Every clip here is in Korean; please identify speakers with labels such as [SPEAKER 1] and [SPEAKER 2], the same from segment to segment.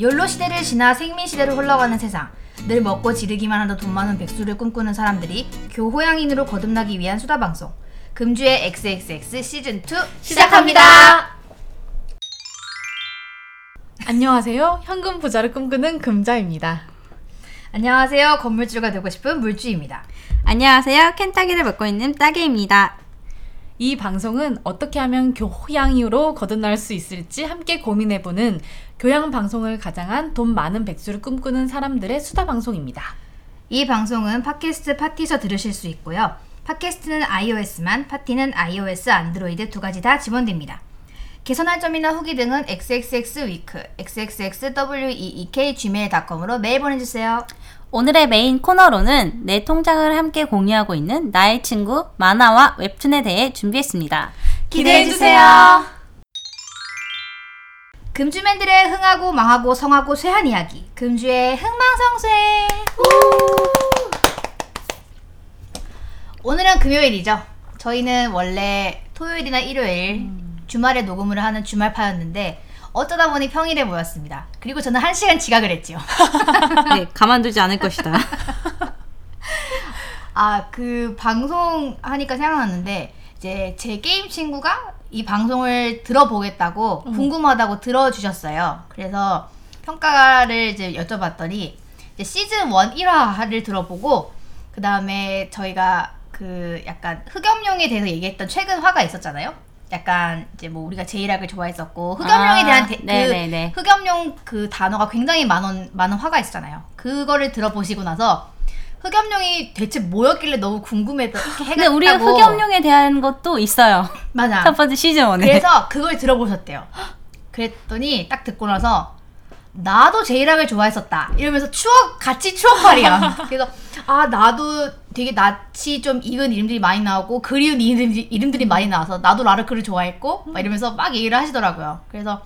[SPEAKER 1] 연로 시대를 지나 생민 시대로 흘러가는 세상. 늘 먹고 지르기만 하던 돈 많은 백수를 꿈꾸는 사람들이 교호양인으로 거듭나기 위한 수다 방송. 금주의 XXX 시즌 2 시작합니다.
[SPEAKER 2] 안녕하세요. 현금 부자를 꿈꾸는 금자입니다.
[SPEAKER 1] 안녕하세요. 건물주가 되고 싶은 물주입니다.
[SPEAKER 3] 안녕하세요. 켄타기를 맡고 있는 따개입니다.
[SPEAKER 2] 이 방송은 어떻게 하면 교양으로 거듭날 수 있을지 함께 고민해보는 교양 방송을 가장한 돈 많은 백수를 꿈꾸는 사람들의 수다 방송입니다.
[SPEAKER 1] 이 방송은 팟캐스트 파티에서 들으실 수 있고요. 팟캐스트는 iOS만, 파티는 iOS, 안드로이드 두 가지 다 지원됩니다. 개선할 점이나 후기 등은 xxxweek, xxweekgmail.com으로 메일 보내주세요.
[SPEAKER 3] 오늘의 메인 코너로는 내 통장을 함께 공유하고 있는 나의 친구 만화와 웹툰에 대해 준비했습니다.
[SPEAKER 1] 기대해주세요. 금주맨들의 흥하고 망하고 성하고 쇠한 이야기. 금주의 흥망성쇠. 오늘은 금요일이죠. 저희는 원래 토요일이나 일요일 주말에 녹음을 하는 주말파였는데 어쩌다 보니 평일에 모였습니다. 그리고 저는 한 시간 지각을 했지요.
[SPEAKER 3] 네, 가만두지 않을 것이다.
[SPEAKER 1] 아, 그 방송 하니까 생각났는데 이제 제 게임 친구가 이 방송을 들어보겠다고
[SPEAKER 3] 음.
[SPEAKER 1] 궁금하다고 들어주셨어요. 그래서 평가를 이제 여쭤봤더니 이제 시즌 1 1화를 들어보고 그 다음에 저희가 그 약간 흑염룡에 대해서 얘기했던 최근 화가 있었잖아요. 약간 이제 뭐 우리가 제이락을 좋아했었고 흑염룡에
[SPEAKER 3] 아,
[SPEAKER 1] 대한 대,
[SPEAKER 3] 네네네.
[SPEAKER 1] 그 흑염룡 그 단어가 굉장히 많은 많은 화가 있었잖아요. 그거를 들어보시고 나서 흑염룡이 대체 뭐였길래 너무 궁금해서
[SPEAKER 3] 근데 우리 의
[SPEAKER 1] 해갔다고.
[SPEAKER 3] 흑염룡에 대한 것도 있어요.
[SPEAKER 1] 맞아.
[SPEAKER 3] 첫 번째 시즌 1에.
[SPEAKER 1] 그래서 그걸 들어보셨대요. 그랬더니 딱 듣고 나서 나도 제이락을 좋아했었다 이러면서 추억 같이 추억팔이야. 그래서 아 나도 되게 낯이 좀 익은 이름들이 많이 나오고 그리운 이름들이, 이름들이 많이 나와서 나도 라르크를 좋아했고 막 이러면서 막 얘기를 하시더라고요. 그래서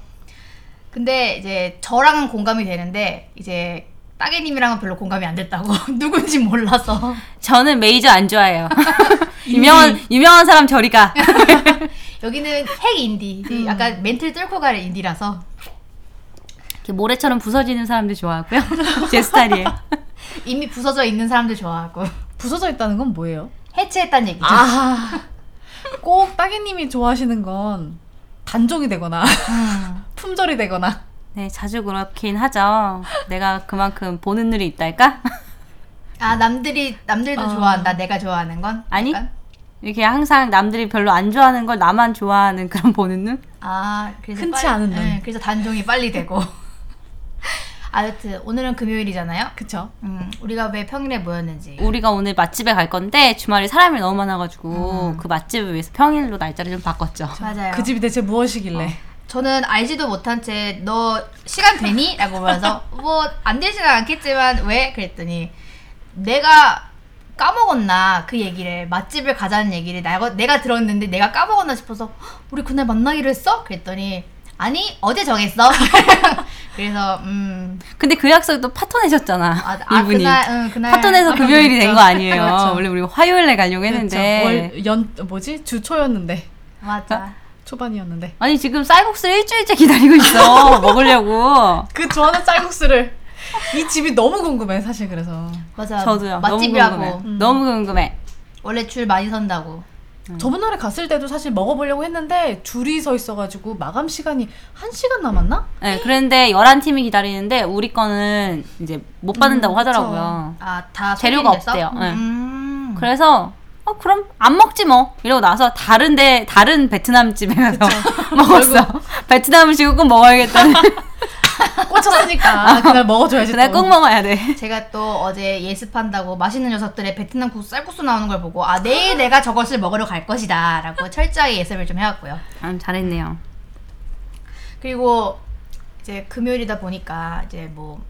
[SPEAKER 1] 근데 이제 저랑은 공감이 되는데 이제 따개님이랑은 별로 공감이 안 됐다고 누군지 몰라서
[SPEAKER 3] 저는 메이저 안 좋아해요. 유명한, 유명한 사람 저리 가.
[SPEAKER 1] 여기는 핵 인디 약간 멘트를 뚫고 가는 인디라서
[SPEAKER 3] 이렇게 모래처럼 부서지는 사람들 좋아하고요. 제 스타일이에요.
[SPEAKER 1] 이미 부서져 있는 사람들 좋아하고
[SPEAKER 2] 부서져 있다는 건 뭐예요?
[SPEAKER 1] 해체했다는 얘기죠.
[SPEAKER 2] 아, 꼭 따개님이 좋아하시는 건 단종이 되거나
[SPEAKER 1] 음.
[SPEAKER 2] 품절이 되거나
[SPEAKER 3] 네, 자주 그렇긴 하죠. 내가 그만큼 보는 눈이 있달까?
[SPEAKER 1] 아 남들이 남들도
[SPEAKER 2] 어.
[SPEAKER 1] 좋아한다. 내가 좋아하는 건
[SPEAKER 3] 아니.
[SPEAKER 1] 약간?
[SPEAKER 3] 이렇게 항상 남들이 별로 안 좋아하는 걸 나만 좋아하는 그런 보는 눈?
[SPEAKER 1] 아 그래서
[SPEAKER 2] 흔치
[SPEAKER 1] 빨리-
[SPEAKER 2] 않은 눈.
[SPEAKER 1] 네, 그래서 단종이 빨리 되고. 아, 여튼 오늘은 금요일이잖아요.
[SPEAKER 2] 그쵸?
[SPEAKER 1] 음, 우리가 왜 평일에 모였는지.
[SPEAKER 3] 우리가 오늘 맛집에 갈 건데 주말에 사람이 너무 많아가지고
[SPEAKER 1] 음.
[SPEAKER 3] 그 맛집을 위해서 평일로 날짜를 좀 바꿨죠.
[SPEAKER 1] 맞아요. 어,
[SPEAKER 2] 그 집이 대체 무엇이길래
[SPEAKER 1] 저는 알지도 못한 채 너 시간 되니? 라고 물어서 뭐 안 되지는 않겠지만 왜? 그랬더니 내가 까먹었나 그 얘기를 맛집을 가자는 얘기를 내가, 내가 들었는데 내가 까먹었나 싶어서 "헉, 우리 그날 만나기로 했어? 그랬더니 아니 어제 정했어 그래서 음
[SPEAKER 3] 근데 그 약속도 파토내셨잖아.
[SPEAKER 1] 아, 아,
[SPEAKER 3] 이분이.
[SPEAKER 1] 그날, 응, 그날
[SPEAKER 3] 파토내서 금요일이 된 거 아니에요.
[SPEAKER 2] 그렇죠.
[SPEAKER 3] 원래 우리 화요일에 가려고 했는데.
[SPEAKER 1] 네.
[SPEAKER 2] 그렇죠. 월, 연, 뭐지? 주초였는데
[SPEAKER 1] 맞아
[SPEAKER 2] 초반이었는데
[SPEAKER 3] 아니 지금 쌀국수를 일주일째 기다리고 있어.
[SPEAKER 1] 음,
[SPEAKER 3] 먹으려고.
[SPEAKER 2] 그 좋아하는 쌀국수를 이 집이 너무 궁금해 사실 그래서
[SPEAKER 1] 맞아
[SPEAKER 3] 저도요.
[SPEAKER 1] 맛집이라고 음.
[SPEAKER 3] 너무 궁금해. 너무 궁금해.
[SPEAKER 1] 원래 줄 많이 선다고
[SPEAKER 3] 음.
[SPEAKER 2] 저번 날에 갔을 때도 사실 먹어보려고 했는데 줄이 서 있어가지고 마감 시간이 한 시간 남았나?
[SPEAKER 3] 네, 그런데 11팀이 기다리는데 우리 거는 이제 못
[SPEAKER 1] 음,
[SPEAKER 3] 받는다고 하더라고요.
[SPEAKER 1] 아다
[SPEAKER 3] 재료가 없대요. 네.
[SPEAKER 1] 음.
[SPEAKER 3] 그래서 어 그럼 안 먹지 뭐 이러고 나서 다른데 다른 베트남 집에 가서 먹었어. 베트남 음식을 꼭 먹어야겠다는.
[SPEAKER 2] 꽂혔으니까 아, 그날 먹어줘야지
[SPEAKER 3] 그날
[SPEAKER 2] 또.
[SPEAKER 3] 꼭 먹어야 돼.
[SPEAKER 1] 제가 또 어제 예습한다고 맛있는 녀석들의 베트남 국수 쌀국수 나오는 걸 보고 아 내일 내가 저것을 먹으러 갈 것이다 라고 철저하게 예습을 좀 해왔고요
[SPEAKER 3] 참 잘했네요.
[SPEAKER 1] 그리고 이제 금요일이다 보니까 이제 뭐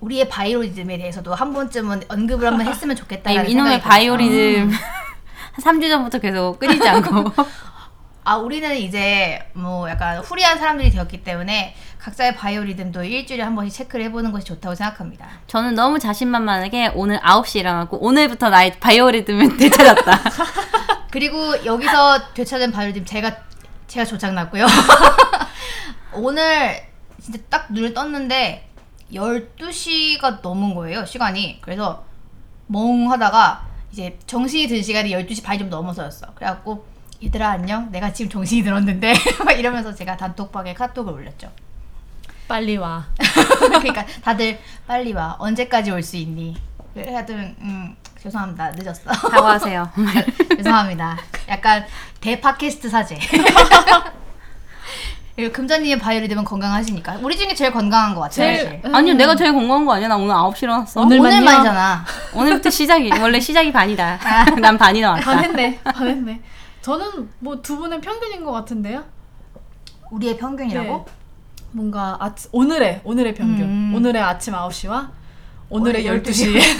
[SPEAKER 1] 우리의 바이오리즘에 대해서도 한 번쯤은 언급을 한번 했으면
[SPEAKER 3] 네, 이
[SPEAKER 1] 좋겠다라는
[SPEAKER 3] 이놈의
[SPEAKER 1] 생각이 들었어요.
[SPEAKER 3] 바이오리즘 한 3주 전부터 계속 끊이지 않고
[SPEAKER 1] 아 우리는 이제 뭐 약간 후리한 사람들이 되었기 때문에 각자의 바이오리듬도 일주일에 한 번씩 체크를 해보는 것이 좋다고 생각합니다
[SPEAKER 3] 저는 너무 자신만만하게 오늘 9시 일어나고 오늘부터 나의 바이오리듬을 되찾았다.
[SPEAKER 1] 그리고 여기서 되찾은 바이오리듬 제가 제가 조작났고요. 오늘 진짜 딱 눈을 떴는데 12시가 넘은 거예요, 시간이. 그래서 멍하다가 이제 정신이 든 시간이 12시 반이 좀 넘어서였어. 그래갖고 얘들아 안녕. 내가 지금 정신이 들었는데 막 이러면서 제가 단톡방에 카톡을 올렸죠.
[SPEAKER 2] 빨리 와.
[SPEAKER 1] 그러니까 다들 빨리 와. 언제까지 올 수 있니? 하여튼 음, 죄송합니다. 늦었어.
[SPEAKER 3] 사과하세요.
[SPEAKER 1] 죄송합니다. 약간 대팟캐스트 사제. 그리고 금자님의 바이올이 되면 건강하시니까 우리 중에 제일 건강한 것 같아요.
[SPEAKER 2] 제일-
[SPEAKER 1] 사실.
[SPEAKER 3] 네. 아니 내가 제일 건강한 거 아니야? 나 오늘 9시 일어났어.
[SPEAKER 2] 오늘- 오늘만요?
[SPEAKER 1] 오늘만이잖아.
[SPEAKER 3] 오늘부터 시작이 원래 시작이 반이다. 난 아. 반이 나왔다.
[SPEAKER 2] 반했네. 반했네. 저는 뭐 두 분의 평균인 것 같은데요.
[SPEAKER 1] 우리의
[SPEAKER 3] 네.
[SPEAKER 1] 평균이라고?
[SPEAKER 2] 뭔가 아치, 오늘의 오늘의 평균.
[SPEAKER 1] 음.
[SPEAKER 2] 오늘의 아침 9시와 오늘의
[SPEAKER 1] 오늘
[SPEAKER 2] 12시.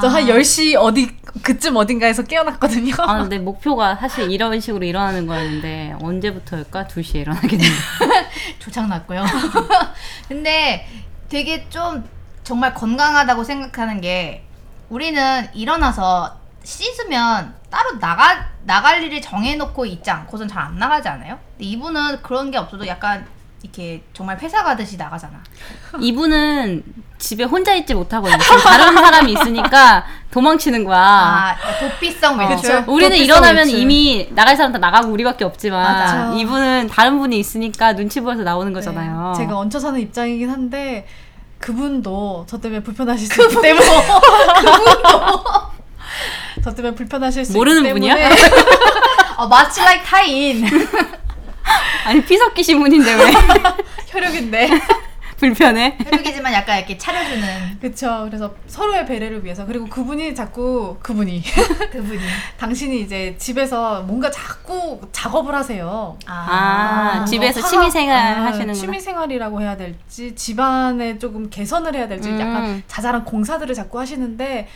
[SPEAKER 2] 저 한 10시 어디 그쯤 어딘가에서 깨어났거든요.
[SPEAKER 3] 아, 근데 목표가 사실 이런 식으로 일어나는 거였는데 언제부터일까? 2시에 일어나게 됐네.
[SPEAKER 1] 조창났고요. 근데 되게 좀 정말 건강하다고 생각하는 게 우리는 일어나서 씻으면 따로 나가 나갈 일을 정해놓고 있지 않고선 잘 안 나가지 않아요? 근데 이분은 그런 게 없어도 약간 이렇게 정말 회사 가듯이 나가잖아.
[SPEAKER 3] 이분은 집에 혼자 있지 못하고 지금 다른 사람이 있으니까 도망치는 거야.
[SPEAKER 1] 아, 도피성 외출.
[SPEAKER 2] 어.
[SPEAKER 3] 우리는
[SPEAKER 2] 도피성
[SPEAKER 3] 일어나면
[SPEAKER 2] 외출.
[SPEAKER 3] 이미 나갈 사람 다 나가고 우리밖에 없지만
[SPEAKER 2] 맞아.
[SPEAKER 3] 이분은 다른 분이 있으니까 눈치 보여서 나오는 거잖아요.
[SPEAKER 2] 네, 제가 얹혀 사는 입장이긴 한데 그분도 저 때문에 불편하실 수 있기 때문에 저 때문에 불편하실 수
[SPEAKER 3] 모르는
[SPEAKER 2] 있기
[SPEAKER 3] 분이야?
[SPEAKER 2] 때문에
[SPEAKER 1] 어, 마치 like 타인.
[SPEAKER 3] 아니 피석기 신문인데 왜
[SPEAKER 2] 혈육인데
[SPEAKER 3] 불편해?
[SPEAKER 1] 혈육이지만 약간 이렇게 차려주는
[SPEAKER 2] 그쵸 그래서 서로의 배려를 위해서 그리고 그분이 자꾸 그분이
[SPEAKER 1] 그분이.
[SPEAKER 2] 당신이 이제 집에서 뭔가 자꾸 작업을 하세요
[SPEAKER 3] 아, 집에서
[SPEAKER 2] 사과-
[SPEAKER 3] 취미생활
[SPEAKER 2] 아,
[SPEAKER 3] 하시는구나.
[SPEAKER 2] 취미생활이라고 해야 될지 집안에 조금 개선을 해야 될지
[SPEAKER 3] 음.
[SPEAKER 2] 약간 자잘한 공사들을 자꾸 하시는데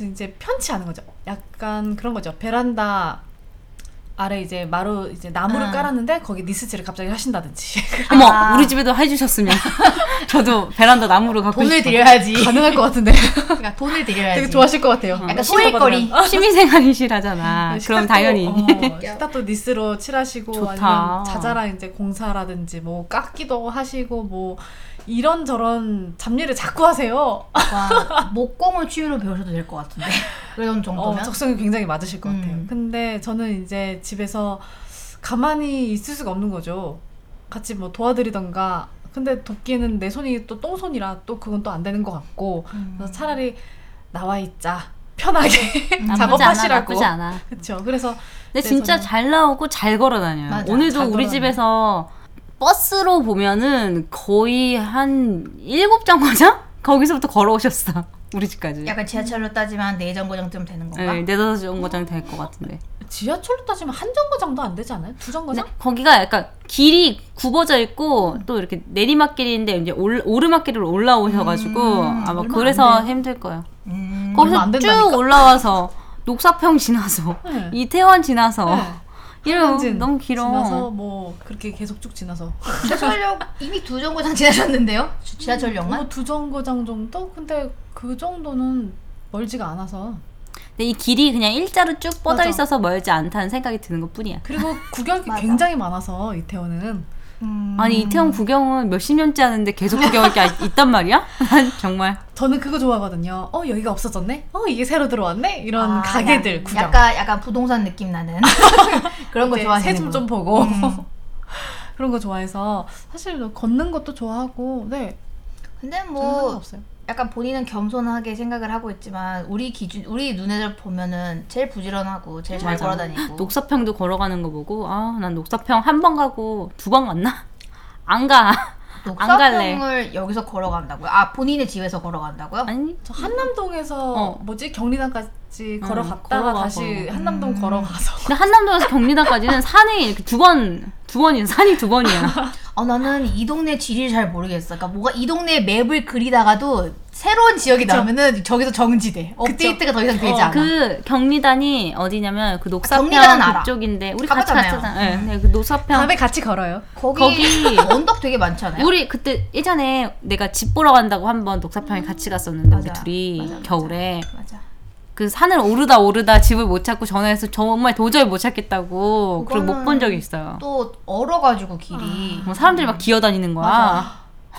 [SPEAKER 2] 이제 편치 않은 거죠. 약간 그런 거죠. 베란다 아래 이제 마루 이제 나무를
[SPEAKER 1] 아.
[SPEAKER 2] 깔았는데 거기 니스지를 갑자기 하신다든지
[SPEAKER 3] 어머
[SPEAKER 1] 아.
[SPEAKER 3] 우리 집에도 해주셨으면 저도 베란다 나무로 갖고
[SPEAKER 1] 돈을
[SPEAKER 3] 싶어.
[SPEAKER 1] 드려야지.
[SPEAKER 3] 예.
[SPEAKER 2] 가능할 것 같은데
[SPEAKER 1] 그러니까 돈을 드려야지.
[SPEAKER 2] 그 되게 좋아하실 것 같아요. 어,
[SPEAKER 1] 약간 소일거리.
[SPEAKER 3] 어.
[SPEAKER 1] 어.
[SPEAKER 3] 취미생활이시라잖아. 그럼 당연히
[SPEAKER 2] 식탁도 니스로 칠하시고
[SPEAKER 3] 좋다.
[SPEAKER 2] 아니면 자잘한 이제 공사라든지 뭐 깎기도 하시고 뭐 이런 저런 잡일을 자꾸 하세요.
[SPEAKER 1] 와, 목공을 취미로 배우셔도 될 것 같은데. 그런 정도면.
[SPEAKER 2] 어, 적성이 굉장히 맞으실 것
[SPEAKER 1] 음.
[SPEAKER 2] 같아요. 근데 저는 이제 집에서 가만히 있을 수가 없는 거죠. 같이 뭐 도와드리던가. 근데 돕기에는 내 손이 또 똥손이라 또 그건 또 안 되는 것 같고.
[SPEAKER 1] 음.
[SPEAKER 2] 그래서 차라리 나와 있자. 편하게
[SPEAKER 1] 나쁘지
[SPEAKER 2] 작업하시라고.
[SPEAKER 3] 음, 나쁘지 않아.
[SPEAKER 2] 그렇죠. 그래서 네,
[SPEAKER 3] 근데 진짜
[SPEAKER 2] 저는-
[SPEAKER 3] 잘 나오고 잘 걸어 다녀요.
[SPEAKER 1] 맞아,
[SPEAKER 3] 오늘도
[SPEAKER 2] 잘
[SPEAKER 3] 우리
[SPEAKER 2] 걸어다녀요.
[SPEAKER 3] 집에서 버스로 보면은 거의 한 일곱 정거장 거기서부터 걸어오셨어. 우리 집까지.
[SPEAKER 1] 약간 지하철로 따지면 네 정거장쯤 되는 건가?
[SPEAKER 3] 네, 네다섯 정거장 될 것
[SPEAKER 2] 어,
[SPEAKER 3] 같은데.
[SPEAKER 2] 지하철로 따지면 한 정거장도 안 되지 않아요? 두
[SPEAKER 3] 근데
[SPEAKER 2] 정거장?
[SPEAKER 3] 거기가 약간 길이 굽어져 있고 또 이렇게 내리막길인데 이제 올, 오르막길을 올라오셔가지고
[SPEAKER 1] 음,
[SPEAKER 3] 아마
[SPEAKER 2] 얼마
[SPEAKER 3] 그래서
[SPEAKER 2] 안
[SPEAKER 3] 힘들 거예요.
[SPEAKER 1] 음.
[SPEAKER 2] 얼마 안
[SPEAKER 3] 거기서 쭉
[SPEAKER 2] 된다니까?
[SPEAKER 3] 올라와서 녹사평 지나서
[SPEAKER 2] 네.
[SPEAKER 3] 이태원 지나서 이러면
[SPEAKER 2] 한진
[SPEAKER 3] 너무 길어.
[SPEAKER 2] 지나서 뭐 그렇게 계속 쭉 지나서
[SPEAKER 1] 지하철역 이미 두 정거장 지나셨는데요? 지- 지하철역만?
[SPEAKER 2] 뭐두 정거장 정도? 근데 그 정도는 멀지가 않아서
[SPEAKER 3] 근데 이 길이 그냥 일자로 쭉 뻗어
[SPEAKER 2] 맞아.
[SPEAKER 3] 있어서 멀지 않다는 생각이 드는 것
[SPEAKER 1] 음.
[SPEAKER 3] 뿐이야.
[SPEAKER 2] 그리고 구경할 게
[SPEAKER 1] 맞아.
[SPEAKER 2] 굉장히 많아서 이태원은
[SPEAKER 1] 음.
[SPEAKER 3] 아니 이태원 구경은 몇십 년째 하는데 계속 구경할 게 아- 있단 말이야? 난 정말
[SPEAKER 2] 저는 그거 좋아하거든요. 어 여기가 없어졌네. 어 이게 새로 들어왔네. 이런
[SPEAKER 1] 아,
[SPEAKER 2] 가게들
[SPEAKER 1] 약-
[SPEAKER 2] 구경.
[SPEAKER 1] 약간, 약간 부동산 느낌 나는. 그런 거
[SPEAKER 2] 이제
[SPEAKER 1] 좋아하시는
[SPEAKER 2] 새좀
[SPEAKER 1] 분.
[SPEAKER 2] 좀 보고
[SPEAKER 1] 음.
[SPEAKER 2] 그런 거 좋아해서 사실 뭐 걷는 것도 좋아하고 네
[SPEAKER 1] 근데
[SPEAKER 2] 저는
[SPEAKER 1] 뭐
[SPEAKER 2] 상관없어요.
[SPEAKER 1] 약간 본인은 겸손하게 생각을 하고 있지만 우리 기준 우리 눈에 보면은 제일 부지런하고 제일 잘
[SPEAKER 3] 맞아.
[SPEAKER 1] 걸어다니고
[SPEAKER 3] 녹사평도 걸어가는 거 보고 아 난 녹사평 한 번 가고 두 번 갔나? 안 가. 안 갈래.
[SPEAKER 1] 녹사평을 여기서 걸어간다고요? 아 본인의 집에서 걸어간다고요?
[SPEAKER 3] 아니
[SPEAKER 2] 저 한남동에서
[SPEAKER 3] 어.
[SPEAKER 2] 뭐지 경리단까지
[SPEAKER 3] 응,
[SPEAKER 2] 음, 걸어갔다가
[SPEAKER 3] 걸어가고.
[SPEAKER 2] 다시 한남동
[SPEAKER 1] 음.
[SPEAKER 2] 걸어가서
[SPEAKER 3] 근데 한남동에서 경리단까지는 산에 이렇게 두 번, 두 번이야. 산이 두 번이야.
[SPEAKER 1] 아 나는 이 동네 지리를 잘 모르겠어. 그러니까 뭐가 이 동네 맵을 그리다가도 새로운 지역이
[SPEAKER 2] 그쵸.
[SPEAKER 1] 나면은 저기서 정지돼. 업데이트가 더 이상 되지
[SPEAKER 2] 어,
[SPEAKER 1] 않아.
[SPEAKER 3] 그 경리단이 어디냐면 그 녹사평
[SPEAKER 1] 경리단은 알아.
[SPEAKER 3] 그쪽인데 우리 같이
[SPEAKER 1] 가봤잖아요.
[SPEAKER 3] 갔잖아. 예. 네, 그 녹사평
[SPEAKER 2] 밤에 같이 걸어요.
[SPEAKER 1] 거기,
[SPEAKER 3] 거기-
[SPEAKER 1] 언덕 되게 많잖아요.
[SPEAKER 3] 우리 그때 예전에 내가 집 보러 간다고 한 번 녹사평에 같이 갔었는데 우리
[SPEAKER 1] 맞아.
[SPEAKER 3] 둘이
[SPEAKER 1] 맞아, 맞아.
[SPEAKER 3] 겨울에
[SPEAKER 1] 맞아.
[SPEAKER 3] 그 산을 오르다 오르다 집을 못 찾고 전화해서 정말 도저히 못 찾겠다고 그걸
[SPEAKER 1] 그거는
[SPEAKER 3] 못 본 적이 있어요.
[SPEAKER 1] 또 얼어가지고 길이
[SPEAKER 3] 뭐 사람들이 막 기어다니는 거야.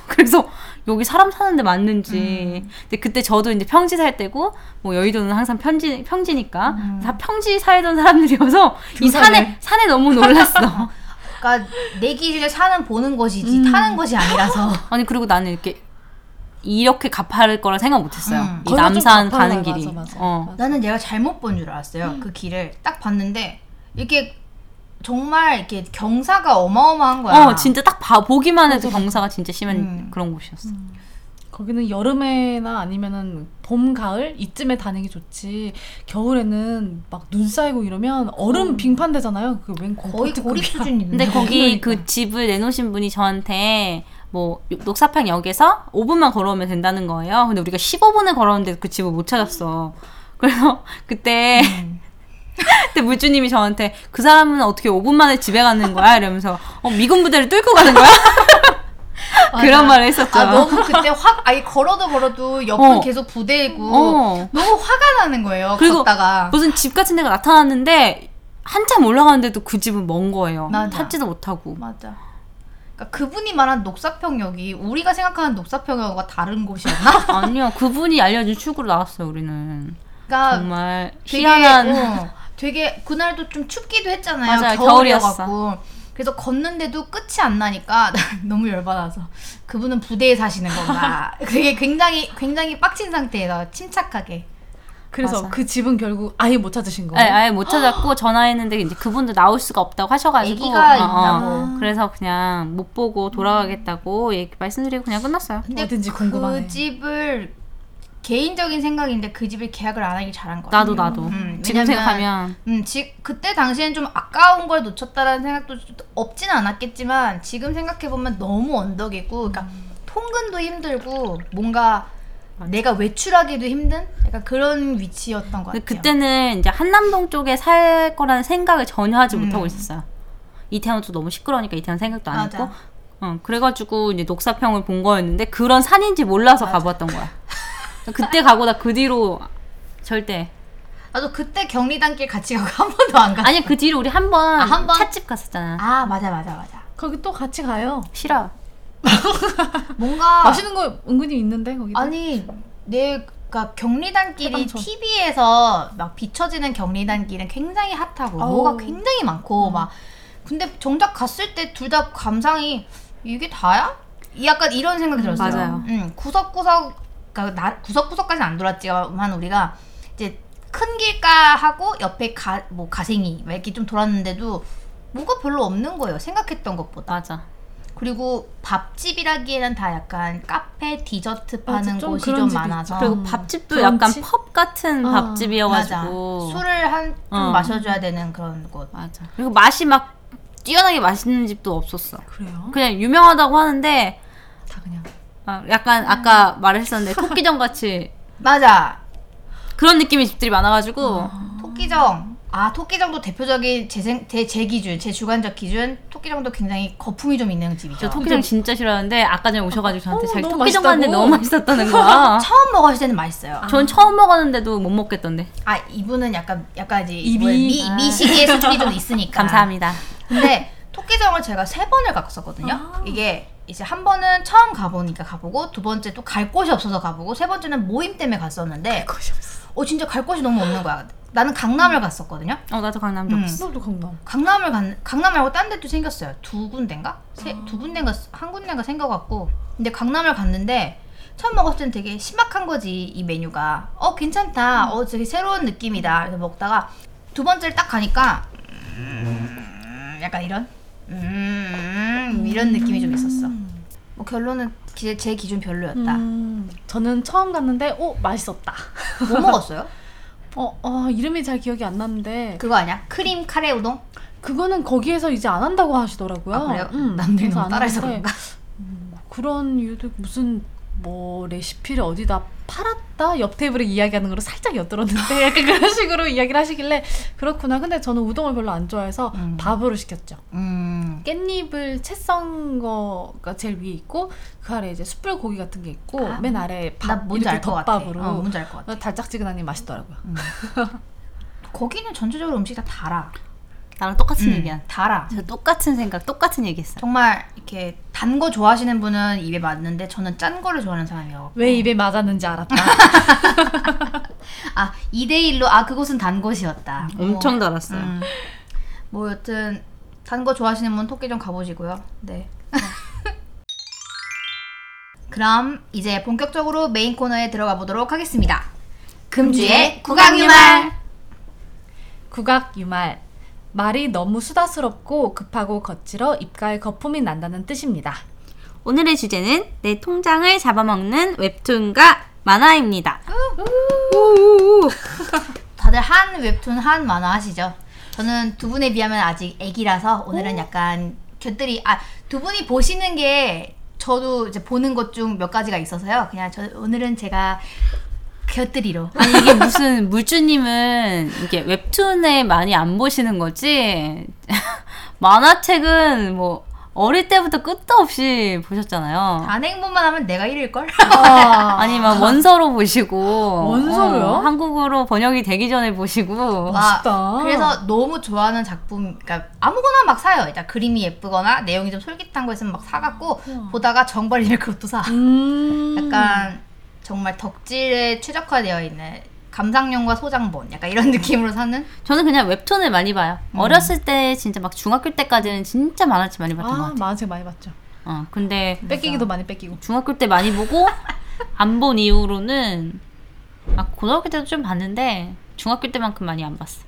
[SPEAKER 3] 그래서 여기 사람 사는데 맞는지.
[SPEAKER 1] 음.
[SPEAKER 3] 근데 그때 저도 이제 평지 살 때고 뭐 여의도는 항상 평지 평지니까
[SPEAKER 1] 음.
[SPEAKER 3] 다 평지 살던 사람들이어서 이 산에 산에 너무 놀랐어.
[SPEAKER 1] 그러니까 내 기준에 사는 보는 것이지
[SPEAKER 3] 음.
[SPEAKER 1] 타는 것이 아니라서.
[SPEAKER 3] 아니 그리고 나는 이렇게 이렇게 가파를 거라 생각 못했어요.
[SPEAKER 1] 음.
[SPEAKER 3] 이
[SPEAKER 2] 거기가 좀
[SPEAKER 3] 남산
[SPEAKER 2] 가파르다.
[SPEAKER 3] 가는 길이.
[SPEAKER 2] 맞아, 맞아.
[SPEAKER 3] 어.
[SPEAKER 1] 나는 내가 잘못 본 줄 알았어요. 그 길을 딱 봤는데 이렇게 정말 이렇게 경사가 어마어마한 거야.
[SPEAKER 3] 어, 진짜 딱 봐, 보기만 해도 경사가 진짜 심한
[SPEAKER 1] 음.
[SPEAKER 3] 그런 곳이었어.
[SPEAKER 2] 거기는 여름에나 아니면은 봄 가을 이쯤에 다니기 좋지 겨울에는 막 눈 쌓이고 이러면 얼음 빙판 되잖아요. 그게 웬
[SPEAKER 1] 어. 거의
[SPEAKER 2] 콘크리트
[SPEAKER 1] 고립
[SPEAKER 2] 급이야.
[SPEAKER 1] 수준인데.
[SPEAKER 3] 근데 거기
[SPEAKER 2] 그러니까.
[SPEAKER 3] 그 집을 내놓으신 분이 저한테 뭐 녹사평 역에서 5분만 걸어오면 된다는 거예요. 근데 우리가 15분을 걸었는데 그 집을 못 찾았어. 그래서 그때
[SPEAKER 2] 음.
[SPEAKER 3] 그때 물주님이 저한테 그 사람은 어떻게 5분 만에 집에 가는 거야 이러면서 어, 미군 부대를 뚫고 가는 거야 그런 말을 했었죠.
[SPEAKER 1] 아 너무 그때 확 아니 걸어도 걸어도 옆은
[SPEAKER 3] 어.
[SPEAKER 1] 계속 부대이고
[SPEAKER 3] 어.
[SPEAKER 1] 너무 화가 나는 거예요.
[SPEAKER 3] 그리고
[SPEAKER 1] 걷다가
[SPEAKER 3] 무슨 집 같은 데가 나타났는데 한참 올라가는데도 그 집은 먼 거예요.
[SPEAKER 1] 맞아.
[SPEAKER 3] 찾지도 못하고.
[SPEAKER 1] 맞아. 그러니까 그분이 말한 녹사평역이 우리가 생각하는 녹사평역과 다른 곳이었나?
[SPEAKER 3] 아니요 그분이 알려준 출구로 나왔어요 우리는.
[SPEAKER 1] 그러니까
[SPEAKER 3] 정말
[SPEAKER 1] 되게,
[SPEAKER 3] 희한한
[SPEAKER 1] 어, 되게 그날도 좀 춥기도 했잖아요.
[SPEAKER 3] 맞아요,
[SPEAKER 1] 겨울이어갖고. 그래서 걷는데도 끝이 안 나니까 너무 열받아서 그분은 부대에 사시는 건가. 되게 굉장히 굉장히 빡친 상태에서 침착하게.
[SPEAKER 2] 그래서
[SPEAKER 3] 맞아.
[SPEAKER 2] 그 집은 결국 아예 못 찾으신
[SPEAKER 3] 네,
[SPEAKER 2] 거예요.
[SPEAKER 3] 아예 못 찾았고 전화했는데 이제 그분도 나올 수가 없다고 하셔가지고 어,
[SPEAKER 1] 아기가 있다고.
[SPEAKER 3] 그래서 그냥 못 보고 돌아가겠다고 얘기 말씀드리고 그냥 끝났어요.
[SPEAKER 1] 근데
[SPEAKER 2] 어딘지
[SPEAKER 1] 그
[SPEAKER 2] 궁금하네.
[SPEAKER 1] 집을 개인적인 생각인데 그 집을 계약을 안 하길 잘한 거 같아요.
[SPEAKER 3] 나도 나도
[SPEAKER 1] 음,
[SPEAKER 3] 지금
[SPEAKER 1] 왜냐면-
[SPEAKER 3] 생각하면
[SPEAKER 1] 음, 지, 그때 당시엔 좀 아까운 걸 놓쳤다라는 생각도 좀 없진 않았겠지만 지금 생각해보면 너무 언덕이고 그러니까
[SPEAKER 3] 음.
[SPEAKER 1] 통근도 힘들고 뭔가 내가 외출하기도 힘든 약간 그런 위치였던 것
[SPEAKER 3] 근데
[SPEAKER 1] 같아요.
[SPEAKER 3] 그때는 이제 한남동 쪽에 살 거라는 생각을 전혀 하지
[SPEAKER 1] 음.
[SPEAKER 3] 못하고 있었어요. 이태원도 너무 시끄러우니까 이태원 생각도 안
[SPEAKER 1] 맞아.
[SPEAKER 3] 했고 어, 그래가지고 이제 녹사평을 본 거였는데 그런 산인지 몰라서 가봤던 거야. 그때 가고 나 그 뒤로 절대
[SPEAKER 1] 나도 그때 경리단길 같이 가고 한 번도 안 갔어.
[SPEAKER 3] 아니 그 뒤로 우리 한번
[SPEAKER 1] 아, 한 번?
[SPEAKER 3] 찻집 갔었잖아.
[SPEAKER 1] 아 맞아 맞아 맞아.
[SPEAKER 2] 거기 또 같이 가요.
[SPEAKER 3] 싫어.
[SPEAKER 1] 뭔가
[SPEAKER 3] 아,
[SPEAKER 2] 맛있는 거 은근히 있는데 거기.
[SPEAKER 1] 아. 아니 내가 경리단길이
[SPEAKER 2] 해방촌.
[SPEAKER 1] TV에서 막 비춰지는 경리단길은 굉장히 핫하고
[SPEAKER 2] 아우.
[SPEAKER 1] 뭐가 굉장히 많고 막 근데 정작 갔을 때 둘 다 감상이 이게 다야? 이 약간 이런 생각이 들었어요.
[SPEAKER 3] 맞아요.
[SPEAKER 1] 음, 구석구석 그러니까 나, 구석구석까지는 안 돌았지만 우리가 이제 큰 길가하고 옆에 가, 뭐 가생이 막 이렇게 좀 돌았는데도 뭐가 별로 없는 거예요. 생각했던 것보다.
[SPEAKER 3] 맞아.
[SPEAKER 1] 그리고 밥집이라기에는 다 약간 카페 디저트
[SPEAKER 2] 맞아,
[SPEAKER 1] 파는
[SPEAKER 2] 좀
[SPEAKER 1] 곳이
[SPEAKER 2] 그런
[SPEAKER 1] 좀
[SPEAKER 2] 집이
[SPEAKER 1] 많아서
[SPEAKER 2] 있죠.
[SPEAKER 3] 그리고
[SPEAKER 2] 음,
[SPEAKER 3] 밥집도
[SPEAKER 2] 브런치?
[SPEAKER 3] 약간 펍 같은
[SPEAKER 2] 어,
[SPEAKER 1] 맞아
[SPEAKER 3] 밥집이어가지고
[SPEAKER 1] 술을 한 좀
[SPEAKER 3] 어.
[SPEAKER 1] 마셔줘야 되는 그런 곳
[SPEAKER 3] 맞아. 그리고 맛이 막 뛰어나게 맛있는 집도 없었어.
[SPEAKER 2] 그래요?
[SPEAKER 3] 그냥 유명하다고 하는데
[SPEAKER 2] 다 그냥.
[SPEAKER 3] 아, 약간 아까 말했었는데 토끼전 같이
[SPEAKER 1] 맞아
[SPEAKER 3] 그런 느낌의 집들이 많아가지고
[SPEAKER 1] 토끼정 아 토끼정도 대표적인 제, 생, 제, 제 기준 제 주관적 기준 토끼정도 굉장히 거품이 좀 있는 집이죠
[SPEAKER 3] 저 토끼전 진짜 싫어하는데 아까 전에 오셔가지고 저한테
[SPEAKER 2] 어,
[SPEAKER 3] 자기
[SPEAKER 2] 너무
[SPEAKER 3] 토끼전 갔는데
[SPEAKER 2] 맛있다고.
[SPEAKER 3] 너무 맛있었다는 거야.
[SPEAKER 1] 처음 먹었을 때는 맛있어요
[SPEAKER 3] 전 처음 먹었는데도 못 먹겠던데.
[SPEAKER 1] 아 이분은 약간 약간 이제
[SPEAKER 2] 입이-
[SPEAKER 1] 뭐야, 미,
[SPEAKER 2] 아.
[SPEAKER 1] 미식의 수준이 좀 있으니까
[SPEAKER 3] 감사합니다.
[SPEAKER 1] 근데 토끼정을 제가 세 번을 갔었거든요. 이게 이제 한 번은 처음 가보니까 가보고 두 번째 또 갈 곳이 없어서 가보고 세 번째는 모임 때문에 갔었는데
[SPEAKER 2] 것이 없어.
[SPEAKER 1] 어 진짜 갈 곳이 너무 없는 거야. 나는 강남을 갔었거든요.
[SPEAKER 3] 어 나도 강남 역
[SPEAKER 1] 음.
[SPEAKER 3] 없어.
[SPEAKER 2] 너도 강남.
[SPEAKER 1] 강남을 간 강남 말고 딴 데도 생겼어요. 두 군데인가? 세,
[SPEAKER 2] 아.
[SPEAKER 1] 두 군데인가 한 군데인가 생겨갖고 근데 강남을 갔는데 처음 먹었을 땐 되게 심각한 거지 이 메뉴가 어 괜찮다 어 되게 새로운 느낌이다 그래서 먹다가 두 번째를 딱 가니까 음, 약간 이런 음, 이런 느낌이 좀 있었어 뭐 결론은 기- 제 기준 별로였다
[SPEAKER 2] 음, 저는 처음 갔는데 오 맛있었다.
[SPEAKER 1] 뭐 먹었어요?
[SPEAKER 2] 어, 어 이름이 잘 기억이 안 나는데
[SPEAKER 1] 그거 아니야? 크림 카레 우동?
[SPEAKER 2] 그거는 거기에서 이제 안 한다고 하시더라고요.
[SPEAKER 1] 아 그래요?
[SPEAKER 2] 음,
[SPEAKER 1] 남들이
[SPEAKER 2] 그래서
[SPEAKER 1] 너무
[SPEAKER 2] 안
[SPEAKER 1] 따라해서
[SPEAKER 2] 하는데 음,
[SPEAKER 1] 그런가?
[SPEAKER 2] 그런 이유도 무슨 뭐 레시피를 어디다 팔았다 옆 테이블에 이야기하는 거로 살짝 엿들었는데 약간 그런 식으로 이야기를 하시길래 그렇구나. 근데 저는 우동을 별로 안 좋아해서
[SPEAKER 1] 음.
[SPEAKER 2] 밥으로 시켰죠.
[SPEAKER 1] 음
[SPEAKER 2] 깻잎을 채 썬 거가 제일 위에 있고 그 아래 이제 숯불 고기 같은 게 있고
[SPEAKER 1] 아,
[SPEAKER 2] 맨 아래
[SPEAKER 1] 나
[SPEAKER 2] 밥
[SPEAKER 1] 뭔지
[SPEAKER 2] 이렇게
[SPEAKER 1] 알 것 같아
[SPEAKER 2] 덮밥으로
[SPEAKER 1] 어, 뭔지 알 것 같아
[SPEAKER 2] 달짝지근하니 맛있더라고요.
[SPEAKER 1] 거기는 전체적으로 음식이 다 달아.
[SPEAKER 3] 나랑 똑같은
[SPEAKER 1] 음,
[SPEAKER 3] 얘기야.
[SPEAKER 1] 달아.
[SPEAKER 3] 저 똑같은 생각, 똑같은 얘기했어요.
[SPEAKER 1] 정말 이렇게 단 거 좋아하시는 분은 입에 맞는데 저는 짠 거를 좋아하는 사람이에요.
[SPEAKER 2] 왜 입에 맞았는지 알았다.
[SPEAKER 1] 아, 2대1로, 아, 그곳은 단 곳이었다.
[SPEAKER 3] 엄청 달았어요.
[SPEAKER 1] 음. 뭐 여튼 단 거 좋아하시는 분 토끼 좀 가보시고요. 네. 그럼 이제 본격적으로 메인 코너에 들어가 보도록 하겠습니다. 금주의 구강유말.
[SPEAKER 2] 국악 유말. 말이 너무 수다스럽고 급하고 거칠어 입가에 거품이 난다는 뜻입니다.
[SPEAKER 3] 오늘의 주제는 내 통장을 잡아먹는 웹툰과 만화입니다. 우우우.
[SPEAKER 1] 다들 한 웹툰 한 만화 하시죠? 저는 두 분에 비하면 아직 애기라서 오늘은 약간 곁들이 아 두 분이 보시는 게 저도 이제 보는 것 중 몇 가지가 있어서요. 그냥 저 오늘은 제가 곁들이로
[SPEAKER 2] 어.
[SPEAKER 3] 아니 이게 무슨 물주님은 이게 웹툰에 많이 안 보시는 거지 만화책은 뭐 어릴 때부터 끝도 없이 보셨잖아요.
[SPEAKER 1] 단행본만 하면 내가 1일 걸.
[SPEAKER 2] 아,
[SPEAKER 3] 아니 막 원서로 보시고
[SPEAKER 2] 원서로요?
[SPEAKER 3] 어, 한국어로 번역이 되기 전에 보시고
[SPEAKER 1] 와,
[SPEAKER 2] 멋있다.
[SPEAKER 1] 그래서 너무 좋아하는 작품, 그러니까 아무거나 막 사요. 일단 그림이 예쁘거나 내용이 좀 솔깃한 거 있으면 막 사갖고
[SPEAKER 2] 어.
[SPEAKER 1] 보다가 정발 잃을 그것도 사.
[SPEAKER 2] 음.
[SPEAKER 1] 약간 정말 덕질에 최적화되어 있는 감상용과 소장본, 약간 이런 느낌으로 사는.
[SPEAKER 3] 저는 그냥 웹툰을 많이 봐요.
[SPEAKER 2] 음.
[SPEAKER 3] 어렸을 때 진짜 막 중학교 때까지는 진짜 만화책 많이 봤던 것
[SPEAKER 2] 아,
[SPEAKER 3] 같아요.
[SPEAKER 2] 만화책 많이 봤죠.
[SPEAKER 3] 어, 근데
[SPEAKER 2] 뺏기기도 많이 뺏기고.
[SPEAKER 3] 중학교 때 많이 보고 안 본 이후로는 아 고등학교 때도 좀 봤는데 중학교 때만큼 많이 안 봤어.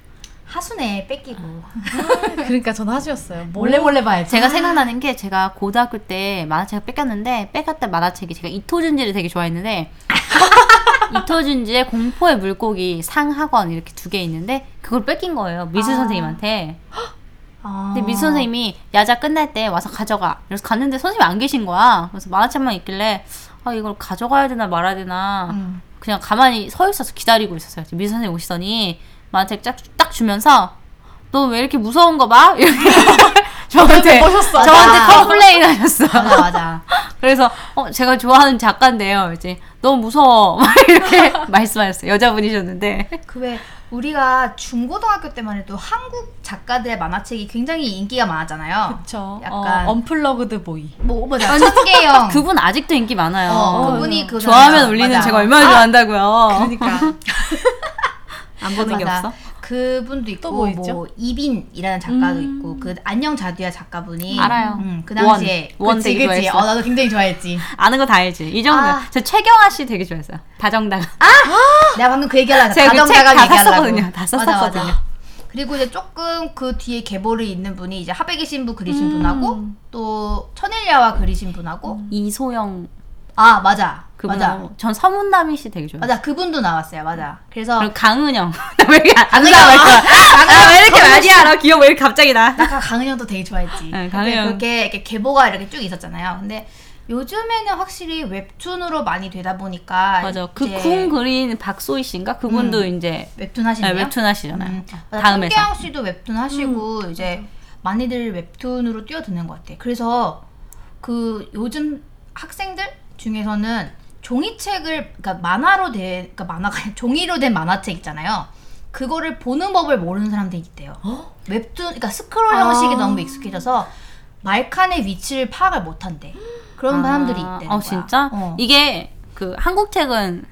[SPEAKER 1] 하순에 뺏기고.
[SPEAKER 3] 아.
[SPEAKER 2] 그러니까 저는 하수였어요. 뭐-
[SPEAKER 1] 몰래 몰래 봐야지.
[SPEAKER 3] 제가 생각나는 게 제가 고등학교 때 만화책을 뺏겼는데 뺏겼던 만화책이 제가 이토준지를 되게 좋아했는데 이토준지의 공포의 물고기 상학원 이렇게 두 개 있는데 그걸 뺏긴 거예요 미술
[SPEAKER 1] 아.
[SPEAKER 3] 선생님한테.
[SPEAKER 1] 아.
[SPEAKER 3] 근데 미술 선생님이 야자 끝날 때 와서 가져가. 그래서 갔는데 선생님이 안 계신 거야. 그래서 만화책만 있길래 아 이걸 가져가야 되나 말아야 되나
[SPEAKER 1] 음.
[SPEAKER 3] 그냥 가만히 서 있어서 기다리고 있었어요. 미술 선생님 오시더니 만화책 쫙, 딱 주면서 너 왜 이렇게 무서운 거 봐? 이렇게 저한테
[SPEAKER 2] 멋있어.
[SPEAKER 3] 저한테 컴플레인 하셨어.
[SPEAKER 1] 맞아, 맞아.
[SPEAKER 3] 그래서 어 제가 좋아하는 작가인데요. 이제 너무 무서워. 막 이렇게 말씀하셨어요. 여자분이셨는데.
[SPEAKER 1] 그 왜 우리가 중고등학교 때만 해도 한국 작가들의 만화책이 굉장히 인기가 많았잖아요.
[SPEAKER 2] 그쵸.
[SPEAKER 1] 약간-
[SPEAKER 2] 어, 언플러그드 보이.
[SPEAKER 1] 뭐, 맞아. 첫개형
[SPEAKER 3] 그분 아직도 인기 많아요.
[SPEAKER 1] 어, 그분이 그
[SPEAKER 3] 좋아하면
[SPEAKER 1] 사람이야.
[SPEAKER 3] 울리는
[SPEAKER 1] 맞아.
[SPEAKER 3] 제가 얼마나 좋아한다고요.
[SPEAKER 2] 그러니까.
[SPEAKER 3] 안 보는 게
[SPEAKER 1] 맞아.
[SPEAKER 3] 없어.
[SPEAKER 1] 그분도 있고
[SPEAKER 2] 또뭐
[SPEAKER 1] 뭐
[SPEAKER 2] 있죠?
[SPEAKER 1] 이빈이라는 작가도
[SPEAKER 2] 음.
[SPEAKER 1] 있고 그 안녕 자두야 작가분이
[SPEAKER 3] 알아요.
[SPEAKER 1] 음, 그 당시에
[SPEAKER 3] 원, 원
[SPEAKER 1] 그치
[SPEAKER 3] 되게
[SPEAKER 1] 그치.
[SPEAKER 3] 좋아했어.
[SPEAKER 1] 어 나도 굉장히 좋아했지.
[SPEAKER 3] 아는 거 다 알지. 이 정도.
[SPEAKER 1] 아.
[SPEAKER 3] 저 최경아 씨 되게 좋아했어요. 다정당.
[SPEAKER 1] 내가 방금 그 얘기하려고
[SPEAKER 3] 제가 그책다
[SPEAKER 1] 다정다감 얘기하려고.
[SPEAKER 3] 샀었거든요. 다
[SPEAKER 1] 맞아,
[SPEAKER 3] 샀었거든요.
[SPEAKER 1] 맞아. 그리고 이제 조금 그 뒤에 계보를 잇는 분이 이제 하백이 신부 그리신
[SPEAKER 3] 음.
[SPEAKER 1] 분하고 또 천일야와 그리신 분하고
[SPEAKER 3] 이소영
[SPEAKER 1] 아 맞아 맞아
[SPEAKER 3] 그분하고 전 서문남이 씨 되게 좋아해요.
[SPEAKER 1] 맞아 그분도 나왔어요 맞아 그래서
[SPEAKER 3] 그리고 강은영. 나 왜 이렇게 안
[SPEAKER 1] 강은영.
[SPEAKER 3] 나와 있어? 나왜 이렇게 많이 알아? 기억 왜 이렇게 갑자기 나?
[SPEAKER 1] 나 강은영도 되게 좋아했지.
[SPEAKER 3] 네,
[SPEAKER 1] 그렇게,
[SPEAKER 3] 강은영.
[SPEAKER 1] 그렇게 이렇게 계보가 이렇게 쭉 있었잖아요. 근데 요즘에는 확실히 웹툰으로 많이 되다 보니까
[SPEAKER 3] 맞아.
[SPEAKER 1] 이제
[SPEAKER 3] 그 궁 그린 박소희 씨인가? 그분도
[SPEAKER 1] 음.
[SPEAKER 3] 이제
[SPEAKER 1] 웹툰 하시네요.
[SPEAKER 3] 네, 웹툰 하시잖아요.
[SPEAKER 1] 음. 맞아,
[SPEAKER 3] 다음에서. 음.
[SPEAKER 1] 통계양 씨도 웹툰 하시고 이제 많이들 웹툰으로 뛰어드는 것 같아. 그래서 그 요즘 학생들 중에서는 종이책을 그러니까 만화로 된 그러니까 만화가 아니라 종이로 된 만화책 있잖아요. 그거를 보는 법을 모르는 사람들이 있대요.
[SPEAKER 3] 어?
[SPEAKER 1] 웹툰 그러니까 스크롤 형식이
[SPEAKER 2] 아.
[SPEAKER 1] 너무 익숙해져서 말칸의 위치를 파악을 못한대. 그런 사람들이
[SPEAKER 3] 아,
[SPEAKER 1] 있대.
[SPEAKER 3] 어, 진짜?
[SPEAKER 1] 어.
[SPEAKER 3] 이게 그 한국 책은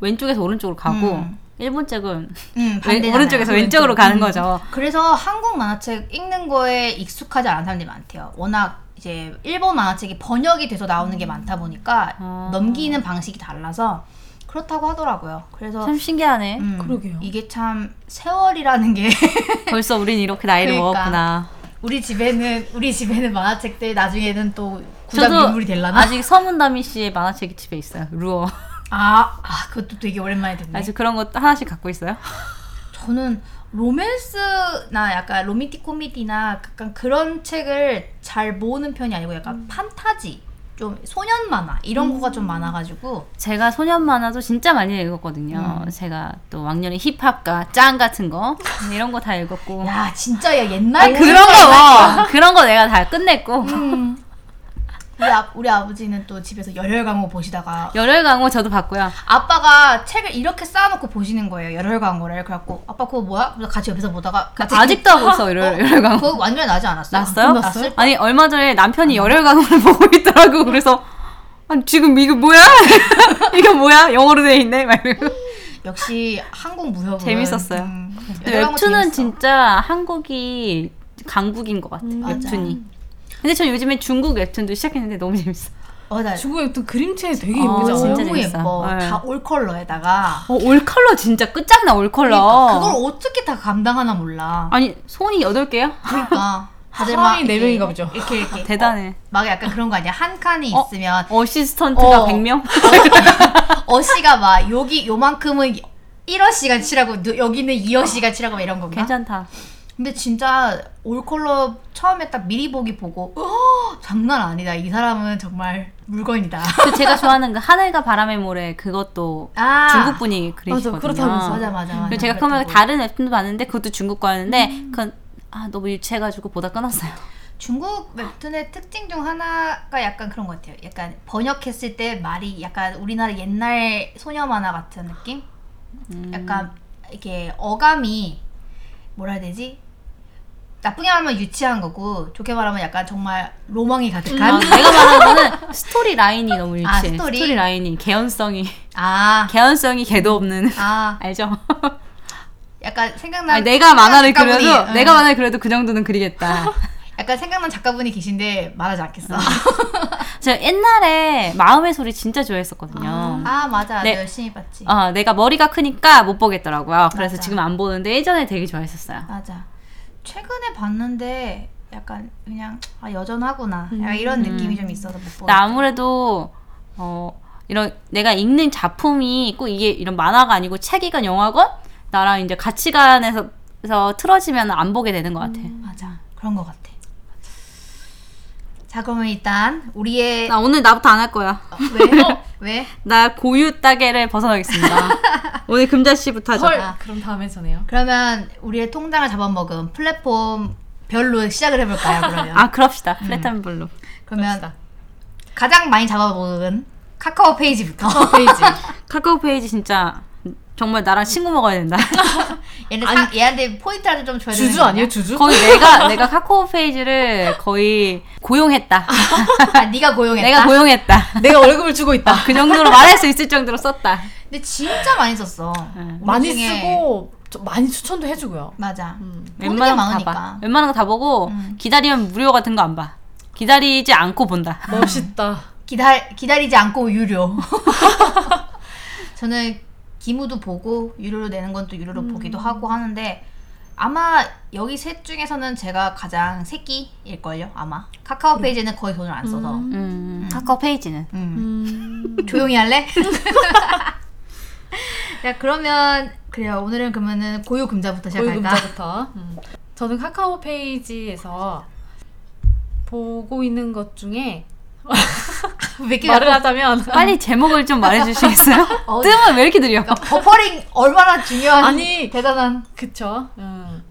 [SPEAKER 3] 왼쪽에서 오른쪽으로 가고
[SPEAKER 1] 음.
[SPEAKER 3] 일본 책은
[SPEAKER 1] 음,
[SPEAKER 3] 왼-
[SPEAKER 1] 반대잖아요.
[SPEAKER 3] 오른쪽에서 왼쪽으로 가는 거죠.
[SPEAKER 1] 그래서 한국 만화책 읽는 거에 익숙하지 않은 사람들이 많대요. 워낙 이제 일본 만화책이 번역이 돼서 나오는 게 많다 보니까
[SPEAKER 3] 아.
[SPEAKER 1] 넘기는 방식이 달라서 그렇다고 하더라고요. 그래서
[SPEAKER 3] 참 신기하네.
[SPEAKER 1] 음,
[SPEAKER 2] 그러게요.
[SPEAKER 1] 이게 참 세월이라는 게
[SPEAKER 3] 벌써 우린 이렇게 나이를
[SPEAKER 1] 그러니까.
[SPEAKER 3] 먹었구나.
[SPEAKER 1] 우리 집에는 우리 집에는 만화책들 나중에는 또 구작
[SPEAKER 3] 저도
[SPEAKER 1] 인물이 될라나?
[SPEAKER 3] 아직 서문다미 씨의 만화책이 집에 있어요. 루어.
[SPEAKER 1] 아, 아 그것도 되게 오랜만에 듣네.
[SPEAKER 3] 아직 그런 거 하나씩 갖고 있어요?
[SPEAKER 1] 저는 로맨스나 약간 로미틱 코미디나 약간 그런 책을 잘 모으는 편이 아니고 약간
[SPEAKER 3] 음.
[SPEAKER 1] 판타지 좀 소년 만화 이런 거가 좀 많아가지고
[SPEAKER 3] 제가 소년 만화도 진짜 많이 읽었거든요.
[SPEAKER 1] 음.
[SPEAKER 3] 제가 또 왕년에 힙합과 짱 같은 거 음, 이런 거 다 읽었고. 아, 어,
[SPEAKER 1] 야 진짜 야 옛날
[SPEAKER 3] 그런 거 뭐, 그런 거 내가 다 끝냈고.
[SPEAKER 1] 음. 우리, 아, 우리 아버지는 또 집에서 열혈광고 보시다가
[SPEAKER 3] 열혈 광고 저도 봤고요.
[SPEAKER 1] 아빠가 책을 이렇게 쌓아놓고 보시는 거예요 열혈광고를 그래갖고 아빠 그거 뭐야? 그래서 같이 옆에서 보다가 갑자기
[SPEAKER 3] 아직도 하고 있어 열혈, 열혈 광고.
[SPEAKER 1] 그거 완전 나지 않았어요?
[SPEAKER 3] 났어요?
[SPEAKER 1] 났어요?
[SPEAKER 3] 아니 얼마 전에 남편이 열혈 광고를 보고 있더라고. 그래서 아니 지금 이거 뭐야? 이거 뭐야? 영어로 돼 있네. 막 이러고.
[SPEAKER 1] 역시 한국 무협은
[SPEAKER 3] 재밌었어요.
[SPEAKER 1] 음, 열혈광고
[SPEAKER 3] 웹툰은
[SPEAKER 1] 재밌어.
[SPEAKER 3] 진짜 한국이 강국인 것 같아.
[SPEAKER 2] 음, 맞아.
[SPEAKER 3] 웹툰이. 근데 저 요즘에 중국 웹툰도 시작했는데 너무 재밌어.
[SPEAKER 1] 맞아요.
[SPEAKER 2] 중국에 또 그림체 되게
[SPEAKER 3] 어,
[SPEAKER 2] 예쁘지 않아요?
[SPEAKER 3] 진짜
[SPEAKER 1] 너무
[SPEAKER 3] 재밌어.
[SPEAKER 1] 예뻐.
[SPEAKER 3] 네.
[SPEAKER 1] 다 올 컬러에다가
[SPEAKER 3] 어, 올 컬러 진짜 끝장나 올 컬러.
[SPEAKER 1] 그러니까 그걸 어떻게 다 감당하나 몰라.
[SPEAKER 3] 아니 손이 여덟 개야? 아,
[SPEAKER 1] 그러니까 다들 막
[SPEAKER 2] 사람이 네
[SPEAKER 1] 이렇게-
[SPEAKER 2] 명인가 보죠.
[SPEAKER 1] 이렇게 이렇게
[SPEAKER 3] 대단해.
[SPEAKER 1] 막 약간 그런 거 아니야? 한 칸이
[SPEAKER 3] 어?
[SPEAKER 1] 있으면
[SPEAKER 3] 어시스턴트가
[SPEAKER 1] 어.
[SPEAKER 3] 100명?
[SPEAKER 1] 어씨가 막 여기 요만큼은 1어씨가 칠하고 누- 여기는 2어씨가 칠하고 막 이런 건가?
[SPEAKER 3] 괜찮다.
[SPEAKER 1] 근데 진짜 올 컬러 처음에 딱 미리 보기 보고 어, 장난 아니다. 이 사람은 정말 물건이다.
[SPEAKER 3] 그 제가 좋아하는 그 하늘과 바람의 모래 그것도
[SPEAKER 1] 아
[SPEAKER 3] 중국 분이 그리시거든요.
[SPEAKER 2] 그렇다면서.
[SPEAKER 1] 맞아 맞아 맞아.
[SPEAKER 3] 그리고 제가 그러면 다른 웹툰도 봤는데 그것도 중국 거였는데 그건 아 너무 유치해가지고 보다 끊었어요.
[SPEAKER 1] 중국 웹툰의 특징 중 하나가 약간 그런 것 같아요. 약간 번역했을 때 말이 약간 우리나라 옛날 소녀 만화 같은 느낌?
[SPEAKER 3] 음.
[SPEAKER 1] 약간 이게 어감이 뭐라 해야 되지? 나쁘게 말하면 유치한 거고 좋게 말하면 약간 정말 로망이 가득한
[SPEAKER 3] 아, 내가 말하는 거는 스토리 라인이 너무 유치해.
[SPEAKER 1] 아, 스토리?
[SPEAKER 3] 스토리? 라인이 개연성이
[SPEAKER 1] 아,
[SPEAKER 3] 개연성이 개도 없는
[SPEAKER 1] 아
[SPEAKER 3] 알죠?
[SPEAKER 1] 약간 생각난
[SPEAKER 3] 아니, 내가 만화를
[SPEAKER 1] 작가분이,
[SPEAKER 3] 그려도
[SPEAKER 1] 응.
[SPEAKER 3] 내가 만화를 그려도 그 정도는 그리겠다.
[SPEAKER 1] 약간 생각난 작가분이 계신데 말하지 않겠어.
[SPEAKER 3] 음. 제가 옛날에 마음의 소리 진짜 좋아했었거든요.
[SPEAKER 1] 아 맞아,
[SPEAKER 3] 네.
[SPEAKER 1] 너 열심히 봤지.
[SPEAKER 3] 어, 내가 머리가 크니까 못 보겠더라고요. 그래서
[SPEAKER 1] 맞아.
[SPEAKER 3] 지금 안 보는데 예전에 되게 좋아했었어요.
[SPEAKER 1] 맞아. 최근에 봤는데 약간 그냥 아 여전하구나 약간
[SPEAKER 2] 음.
[SPEAKER 1] 이런 느낌이 좀 있어서 못 보고.
[SPEAKER 3] 나 아무래도 어 이런 내가 읽는 작품이 꼭 이게 이런 만화가 아니고 책이건 영화건 나랑 이제 가치관에서 서 틀어지면 안 보게 되는 것
[SPEAKER 1] 음.
[SPEAKER 3] 같아.
[SPEAKER 1] 맞아 그런 것 같아. 자 그러면 일단 우리의
[SPEAKER 3] 나 오늘 나부터 안 할 거야.
[SPEAKER 1] 왜
[SPEAKER 2] 어.
[SPEAKER 1] 왜?
[SPEAKER 3] 나 고유 따개를 벗어나겠습니다. 오늘 금자 씨부터 하자.
[SPEAKER 2] 헐.
[SPEAKER 1] 아.
[SPEAKER 2] 그럼 다음에 전해요.
[SPEAKER 1] 그러면 우리의 통장을 잡아먹은 플랫폼 별로 시작을 해볼까요 그러면?
[SPEAKER 3] 아 그럽시다.
[SPEAKER 1] 음.
[SPEAKER 3] 플랫한 블루.
[SPEAKER 1] 그러면 가장 많이 잡아먹은 카카오 페이지부터.
[SPEAKER 2] 페이지.
[SPEAKER 3] 카카오 페이지 진짜 정말 나랑 친구 먹어야 된다.
[SPEAKER 1] 얘네 사, 얘한테 포인트라도 좀 줘야 되는
[SPEAKER 2] 주주
[SPEAKER 1] 거
[SPEAKER 2] 아니에요? 주주?
[SPEAKER 3] 거의 내가 내가 카카오 페이지를 거의 고용했다.
[SPEAKER 1] 아, 네가 고용했다.
[SPEAKER 3] 내가 고용했다.
[SPEAKER 2] 내가 월급을 주고 있다.
[SPEAKER 3] 그 정도로 말할 수 있을 정도로 썼다.
[SPEAKER 1] 근데 진짜 많이 썼어.
[SPEAKER 3] 응.
[SPEAKER 1] 우리
[SPEAKER 2] 많이
[SPEAKER 1] 중에-
[SPEAKER 2] 쓰고 좀 많이 추천도 해주고요.
[SPEAKER 1] 맞아.
[SPEAKER 2] 음.
[SPEAKER 1] 모든 게
[SPEAKER 3] 웬만한 거 다 봐.
[SPEAKER 1] 많으니까.
[SPEAKER 3] 웬만한 거 다 보고
[SPEAKER 1] 음.
[SPEAKER 3] 기다리면 무료 같은 거 안 봐. 기다리지 않고 본다.
[SPEAKER 1] 아.
[SPEAKER 2] 멋있다.
[SPEAKER 1] 기다 기다리지 않고 유료. 저는 기무도 보고 유료로 내는 건 또 유료로
[SPEAKER 2] 음.
[SPEAKER 1] 보기도 하고 하는데 아마 여기 셋 중에서는 제가 가장 새끼일 걸요. 아마 카카오 페이지는 거의 돈을 안 써서.
[SPEAKER 2] 음.
[SPEAKER 3] 음. 카카오 페이지는.
[SPEAKER 1] 음.
[SPEAKER 2] 음.
[SPEAKER 1] 조용히 할래? 자 그러면 그래요. 오늘은 그러면은 고유 금자부터 시작할까?
[SPEAKER 2] 고유금자부터. 음. 저는 카카오 페이지에서 보고 있는 것 중에
[SPEAKER 1] 왜 이렇게 아.
[SPEAKER 2] 말을 하자면
[SPEAKER 3] 빨리 제목을 좀 말해주시겠어요?
[SPEAKER 1] 어.
[SPEAKER 3] 뜸은 왜 이렇게 느려?
[SPEAKER 1] 그러니까 버퍼링 얼마나 중요한
[SPEAKER 2] 아니.
[SPEAKER 1] 대단한
[SPEAKER 2] 그쵸. 음.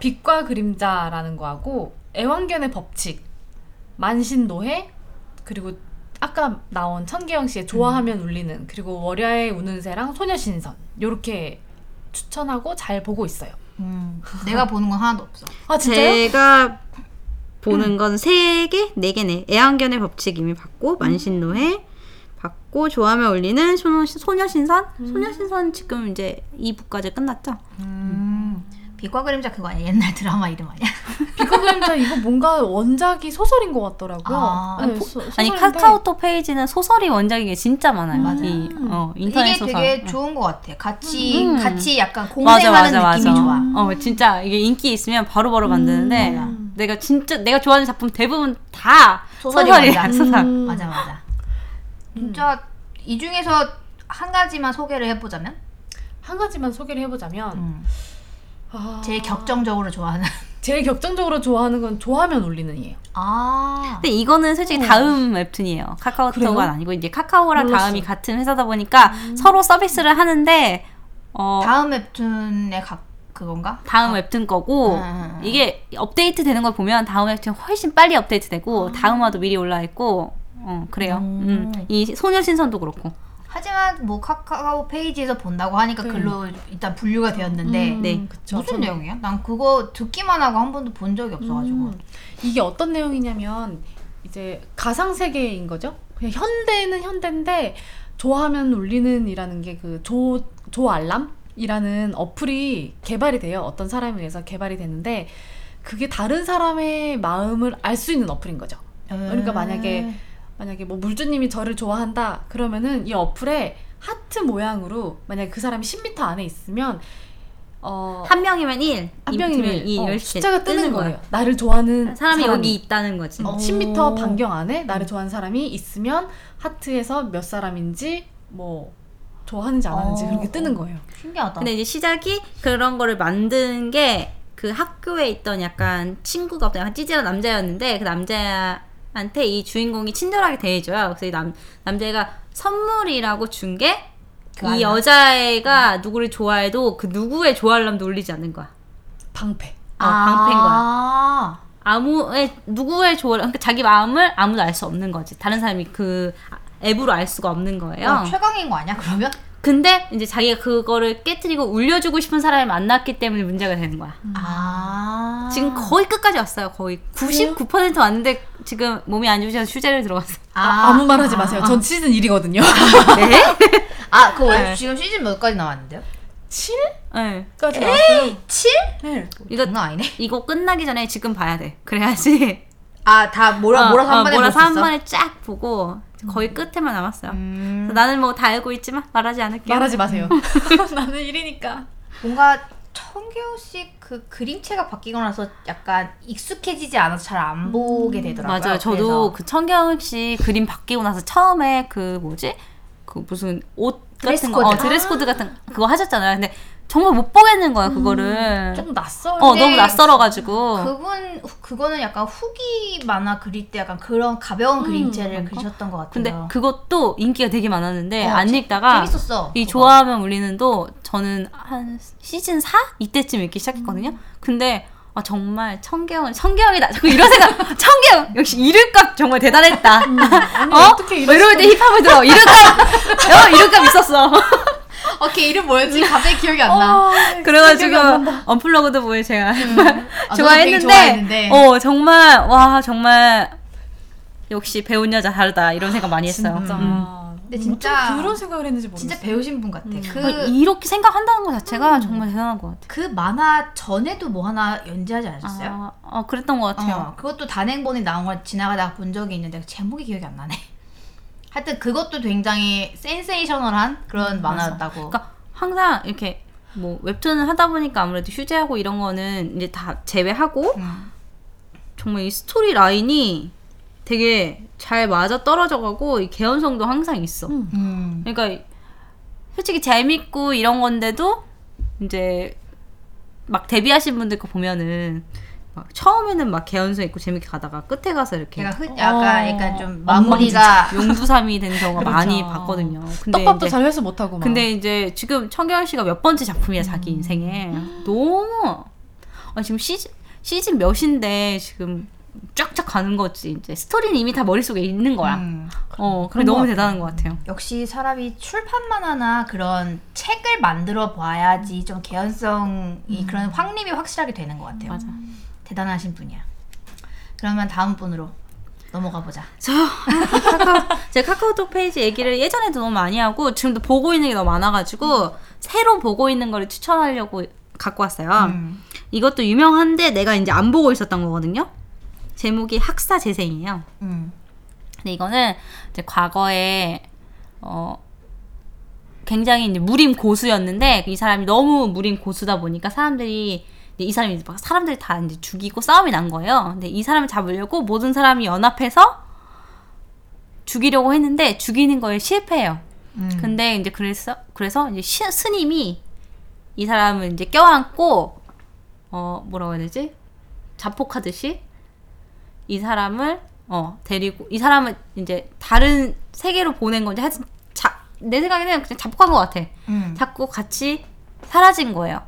[SPEAKER 2] 빛과 그림자라는 거하고 애완견의 법칙, 만신노해, 그리고 아까 나온 천계영 씨의 좋아하면
[SPEAKER 1] 음.
[SPEAKER 2] 울리는 그리고 월야의 우는 새랑 소녀신선 요렇게 추천하고 잘 보고 있어요.
[SPEAKER 1] 음, 내가 보는 건 하나도 없어.
[SPEAKER 2] 아
[SPEAKER 3] 제가 보는 건 세 개, 네 개네. 애완견의 법칙 이미 봤고 만신노해 봤고 좋아하며 울리는 소녀, 소녀신선. 소녀신선 지금 이제 2부까지 끝났죠?
[SPEAKER 1] 음. 빛과 그림자 그거 아니야? 옛날 드라마 이름 아니야?
[SPEAKER 2] 빛과 그림자 이거 뭔가 원작이 소설인 것 같더라고요.
[SPEAKER 1] 아.
[SPEAKER 2] 네,
[SPEAKER 3] 아니,
[SPEAKER 2] 소-
[SPEAKER 3] 아니
[SPEAKER 2] 소설인데
[SPEAKER 3] 카카오톡 페이지는 소설이 원작인 게 진짜 많아요.
[SPEAKER 1] 맞아요.
[SPEAKER 3] 이, 어, 인터넷
[SPEAKER 1] 이게
[SPEAKER 3] 소설. 네.
[SPEAKER 1] 되게 좋은 것 같아. 같이
[SPEAKER 3] 음.
[SPEAKER 1] 같이 약간 공생하는 느낌이 좋아. 음,
[SPEAKER 3] 어, 진짜 이게 인기 있으면 바로바로 만드는데
[SPEAKER 1] 맞아.
[SPEAKER 3] 내가 진짜 내가 좋아하는 작품 대부분 다
[SPEAKER 1] 소설이
[SPEAKER 3] 소설이야.
[SPEAKER 1] 완전.
[SPEAKER 3] 소설.
[SPEAKER 2] 음.
[SPEAKER 1] 맞아 맞아. 진짜 이 중에서 한 가지만 소개를 해보자면
[SPEAKER 2] 한 가지만 소개를 해보자면
[SPEAKER 1] 음.
[SPEAKER 2] 아,
[SPEAKER 1] 제일 격정적으로 좋아하는.
[SPEAKER 2] 제일 격정적으로 좋아하는 건 좋아하면 울리는이에요.
[SPEAKER 1] 아.
[SPEAKER 3] 근데 이거는 솔직히 다음 웹툰이에요.
[SPEAKER 2] 네. 그래요? 음.
[SPEAKER 3] 카카오톡은 아니고 이제 카카오랑
[SPEAKER 2] 몰랐어.
[SPEAKER 3] 다음이 같은 회사다 보니까 서로 서비스를 하는데 어,
[SPEAKER 1] 다음 웹툰에 가 그건가?
[SPEAKER 3] 다음 웹툰
[SPEAKER 2] 아,
[SPEAKER 3] 거고
[SPEAKER 1] 음.
[SPEAKER 2] 아.
[SPEAKER 3] 이게 업데이트 되는 걸 보면 다음 웹툰 훨씬 빨리 업데이트되고 다음화도 미리 올라 있고 어, 그래요.
[SPEAKER 1] 음.
[SPEAKER 3] 음. 이 소녀신선도 그렇고.
[SPEAKER 1] 하지만 뭐 카카오 페이지에서 본다고 하니까
[SPEAKER 2] 네.
[SPEAKER 1] 글로 일단 분류가 되었는데
[SPEAKER 2] 음,
[SPEAKER 3] 네.
[SPEAKER 2] 그쵸.
[SPEAKER 1] 무슨
[SPEAKER 2] 저는-
[SPEAKER 1] 내용이야? 난 그거 듣기만 하고 한 번도 본 적이 없어가지고
[SPEAKER 2] 음. 이게 어떤 내용이냐면 이제 가상 세계인 거죠. 그냥 현대는 현대인데 좋아하면 울리는 이라는 게 그 조 조알람? 이라는 어플이 개발이 돼요. 어떤 사람에 의해서 개발이 되는데 그게 다른 사람의 마음을 알 수 있는 어플인 거죠. 그러니까
[SPEAKER 1] 음.
[SPEAKER 2] 만약에 만약에 뭐 물주님이 저를 좋아한다 그러면은 이 어플에 하트 모양으로 만약에 그 사람이 10m 안에 있으면 어
[SPEAKER 3] 한 명이면 1,
[SPEAKER 2] 한 명이면
[SPEAKER 3] 이
[SPEAKER 2] 어,
[SPEAKER 3] 열시
[SPEAKER 2] 숫자가 뜨는 거예요. 나를 좋아하는
[SPEAKER 3] 사람이, 여기 있다는 거지.
[SPEAKER 1] 어.
[SPEAKER 2] 10m 반경 안에 나를 좋아하는 사람이 있으면 하트에서 몇 사람인지 뭐 좋아하는지 안 하는지
[SPEAKER 1] 어.
[SPEAKER 2] 그렇게 뜨는 거예요.
[SPEAKER 1] 신기하다.
[SPEAKER 3] 근데 이제 시작이 그런 거를 만든 게 그 학교에 있던 약간 친구가 어떤 약간 찌질한 남자였는데 그 남자한테 이 주인공이 친절하게 대해줘요. 그래서 이 남 남자애가 선물이라고 준 게 이
[SPEAKER 1] 그 안에.
[SPEAKER 3] 여자애가 누구를 좋아해도 그 누구의 좋아하려면 놀리지 않는 거야.
[SPEAKER 2] 방패.
[SPEAKER 3] 어,
[SPEAKER 1] 아.
[SPEAKER 3] 방패인 거야.
[SPEAKER 1] 거야.
[SPEAKER 3] 아무의 누구의 좋아 그러니까 자기 마음을 아무도 알 수 없는 거지. 다른 사람이 그 앱으로 알 수가 없는 거예요.
[SPEAKER 1] 어, 최강인 거 아니야 그러면?
[SPEAKER 3] 근데 이제 자기가 그거를 깨뜨리고 울려주고 싶은 사람을 만났기 때문에 문제가 되는 거야.
[SPEAKER 1] 아
[SPEAKER 3] 음. 지금 거의 끝까지 왔어요. 거의 99% 왔는데 지금 몸이 안 좋으셔서 휴재를 들어갔어요.
[SPEAKER 2] 아, 무말 하지 마세요. 전 시즌 1이거든요.
[SPEAKER 1] 아 그거
[SPEAKER 3] 네.
[SPEAKER 1] 지금 시즌 몇까지 나왔는데요?
[SPEAKER 2] 7까지
[SPEAKER 3] 네.
[SPEAKER 2] 나왔어요.
[SPEAKER 1] 7?
[SPEAKER 2] 네.
[SPEAKER 3] 이거
[SPEAKER 1] 장난 아니네.
[SPEAKER 3] 이거 끝나기 전에 지금 봐야 돼. 그래야지.
[SPEAKER 1] 아다 몰아
[SPEAKER 3] 어,
[SPEAKER 1] 몰아서
[SPEAKER 3] 어,
[SPEAKER 1] 한 번에
[SPEAKER 3] 몰아서
[SPEAKER 1] 볼수
[SPEAKER 3] 한
[SPEAKER 1] 있어?
[SPEAKER 3] 번에 쫙 보고 거의 끝에만 남았어요.
[SPEAKER 1] 음,
[SPEAKER 3] 그래서 나는 뭐 다 알고 있지만 말하지 않을게요.
[SPEAKER 2] 말하지 마세요. 나는 1이니까.
[SPEAKER 1] 뭔가 청개호 씨그 그림체가 바뀌고 나서 약간 익숙해지지 않아서 잘 안 보게 되더라고요.
[SPEAKER 3] 음, 맞아요. 저도 그 청경 씨 그림 바뀌고 나서 처음에 그 뭐지? 그 무슨 옷
[SPEAKER 1] 드레스
[SPEAKER 3] 같은 거,
[SPEAKER 1] 코드.
[SPEAKER 3] 어, 드레스 코드 같은 그거 하셨잖아요. 근데 정말 못 보겠는 거야 그거를.
[SPEAKER 2] 좀 낯설.
[SPEAKER 3] 어
[SPEAKER 1] 근데
[SPEAKER 3] 너무
[SPEAKER 1] 음.
[SPEAKER 3] 낯설어가지고.
[SPEAKER 1] 그래서 그분 후- 그거는 약간 후기 만화 그릴 때 약간 그런 가벼운 그림체를 그리셨던 것 같아요.
[SPEAKER 3] 음, 근데 그것도 인기가 되게 많았는데
[SPEAKER 1] 어,
[SPEAKER 3] 안
[SPEAKER 1] 재-
[SPEAKER 3] 읽다가
[SPEAKER 1] 재밌었어.
[SPEAKER 3] 이
[SPEAKER 1] 그거.
[SPEAKER 3] 좋아하면 울리는도 저는 한 시즌 4 이때쯤 읽기 시작했거든요.
[SPEAKER 1] 음.
[SPEAKER 3] 근데 아 정말 청계영 청계영이다. 자꾸 이런 생각. 청계영 역시 이름값 정말 대단했다.
[SPEAKER 2] 아니
[SPEAKER 3] 어?
[SPEAKER 2] 어? 떻게 이럴
[SPEAKER 3] 이럴 때 힙합을 들어. 이름값. 어 이름값 있었어.
[SPEAKER 1] 어, 걔 이름 뭐였지? 갑자기 기억이 안 나.
[SPEAKER 2] 어,
[SPEAKER 3] 그래가지고
[SPEAKER 2] 생각이 안 난다.
[SPEAKER 3] 언플러그드 보이 제가
[SPEAKER 1] 아, 저도 되게
[SPEAKER 3] 좋아했는데,
[SPEAKER 1] 좋아했는데.
[SPEAKER 3] 어 정말 와 정말 역시 배운 여자 다르다 이런 생각 많이 했어요.
[SPEAKER 2] 진짜.
[SPEAKER 3] 음.
[SPEAKER 1] 근데 진짜-
[SPEAKER 2] 어떻게 그런 생각을 했는지 모르겠어.
[SPEAKER 1] 진짜 배우신 분 같아.
[SPEAKER 3] 그러니까
[SPEAKER 1] 그, 음.
[SPEAKER 3] 이렇게 생각한다는 것 자체가 정말 대단한 것 같아요.
[SPEAKER 1] 그 만화 전에도 뭐 하나 연재하지 않으셨어요?
[SPEAKER 3] 아, 어, 그랬던 것 같아요.
[SPEAKER 1] 어, 그것도 단행본이 나온 걸 지나가다가 본 적이 있는데 제목이 기억이 안 나네. 하여튼 그것도 굉장히 센세이셔널한 그런 만화였다고.
[SPEAKER 3] 그러니까 항상 이렇게 뭐 웹툰을 하다 보니까 아무래도 휴재하고 이런 거는 이제 다 제외하고
[SPEAKER 1] 음.
[SPEAKER 3] 정말 이 스토리 라인이 되게 잘 맞아 떨어져가고 이 개연성도 항상 있어.
[SPEAKER 2] 음.
[SPEAKER 1] 음.
[SPEAKER 3] 그러니까 솔직히 재밌고 이런 건데도 이제 막 데뷔하신 분들 거 보면은 막 처음에는 막 개연성 있고 재밌게 가다가 끝에 가서 이렇게
[SPEAKER 1] 걔가 흐, 약간
[SPEAKER 2] 어.
[SPEAKER 1] 약간 좀 마무리가
[SPEAKER 3] 용두삼이 된 경우가
[SPEAKER 2] 그렇죠.
[SPEAKER 3] 많이 봤거든요. 근데
[SPEAKER 2] 떡밥도
[SPEAKER 3] 이제,
[SPEAKER 2] 잘 회수 못하고 막.
[SPEAKER 3] 근데 이제 지금 청결 씨가 몇 번째 작품이야 자기 인생에 너무 아, 지금 시즌 시즌 몇인데 지금 쫙쫙 가는 거지 이제 스토리는 이미 다 머릿속에 있는 거야.
[SPEAKER 1] 음.
[SPEAKER 3] 어, 그래
[SPEAKER 2] 그런
[SPEAKER 3] 너무
[SPEAKER 2] 것
[SPEAKER 3] 대단한 것 같아요.
[SPEAKER 1] 역시 사람이 출판만 하나 그런 책을 만들어 봐야지 좀 개연성이 그런 확립이 확실하게 되는 것 같아요.
[SPEAKER 3] 음. 맞아.
[SPEAKER 1] 대단하신 분이야. 그러면 다음 분으로 넘어가 보자.
[SPEAKER 3] 저 카카오, 제 카카오톡 페이지 얘기를 예전에도 너무 많이 하고 지금도 보고 있는 게 너무 많아가지고 새로 보고 있는 거를 추천하려고 갖고 왔어요.
[SPEAKER 1] 음.
[SPEAKER 3] 이것도 유명한데 내가 이제 안 보고 있었던 거거든요. 제목이 학사 재생이에요.
[SPEAKER 1] 음.
[SPEAKER 3] 근데 이거는 이제 과거에 어 굉장히 이제 무림 고수였는데 이 사람이 너무 무림 고수다 보니까 사람들이 이제 이 사람이 이제 막 사람들 다 이제 죽이고 싸움이 난 거예요. 근데 이 사람을 잡으려고 모든 사람이 연합해서 죽이려고 했는데 죽이는 거에 실패해요.
[SPEAKER 1] 음.
[SPEAKER 3] 근데 이제 그래서 그래서 이제 시- 스님이 이 사람을 이제 껴안고 어 뭐라고 해야 되지 자폭하듯이 이 사람을 어 데리고 이 사람을 이제 다른 세계로 보낸 건지 하여튼 자, 내 생각에는 그냥 자폭한 것 같아.
[SPEAKER 1] 음.
[SPEAKER 3] 자꾸 같이 사라진 거예요.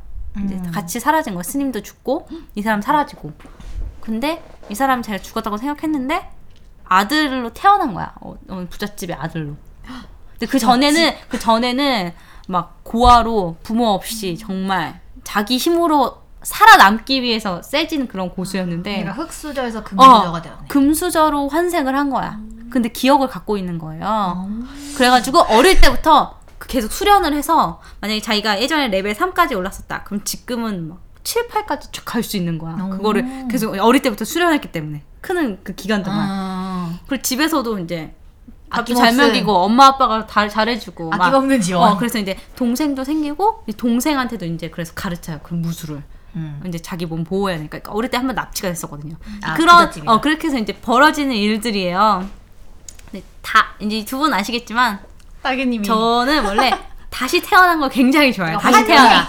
[SPEAKER 3] 이제
[SPEAKER 1] 음.
[SPEAKER 3] 같이 사라진 거예요. 스님도 죽고 이 사람 사라지고. 근데 이 사람 제가 죽었다고 생각했는데 아들로 태어난 거야. 어, 어, 부잣집의 아들로. 근데 그 전에는 그 전에는 막 고아로 부모 없이 정말 자기 힘으로 살아남기 위해서 세진 그런 고수였는데
[SPEAKER 1] 내가 흙수저에서
[SPEAKER 3] 어.
[SPEAKER 1] 금수저가 되었네.
[SPEAKER 3] 그 금수저로 환생을 한 거야. 근데 기억을 갖고 있는 거예요. 그래가지고 어릴 때부터 그 계속 수련을 해서 만약에 자기가 예전에 레벨 3까지 올랐었다. 그럼 지금은 막 7, 8까지 쭉 갈 수 있는 거야.
[SPEAKER 1] 오.
[SPEAKER 3] 그거를 계속 어릴 때부터 수련했기 때문에. 크는 그 기간 동안.
[SPEAKER 1] 아,
[SPEAKER 3] 그리고 집에서도 이제 밥도
[SPEAKER 1] 아낌없이-
[SPEAKER 3] 잘 먹이고 엄마 아빠가 다 잘해주고 막
[SPEAKER 1] 아낌없는 지원.
[SPEAKER 3] 어, 그래서 이제 동생도 생기고 이 동생한테도 이제 그래서 가르쳐요. 그 무술을.
[SPEAKER 1] 음.
[SPEAKER 3] 이제 자기 몸 보호해야 되니까 그러니까 어릴 때 한 번 납치가 됐었거든요.
[SPEAKER 1] 아,
[SPEAKER 3] 그런
[SPEAKER 1] 부잣집이다.
[SPEAKER 3] 어 그렇게 해서 이제 벌어지는 일들이에요. 근데 다 이제 두 분 아시겠지만
[SPEAKER 2] 따개님이
[SPEAKER 3] 저는 원래 다시 태어난 걸 굉장히 좋아해요. 다시
[SPEAKER 1] 음. 환경이.
[SPEAKER 3] 태어나.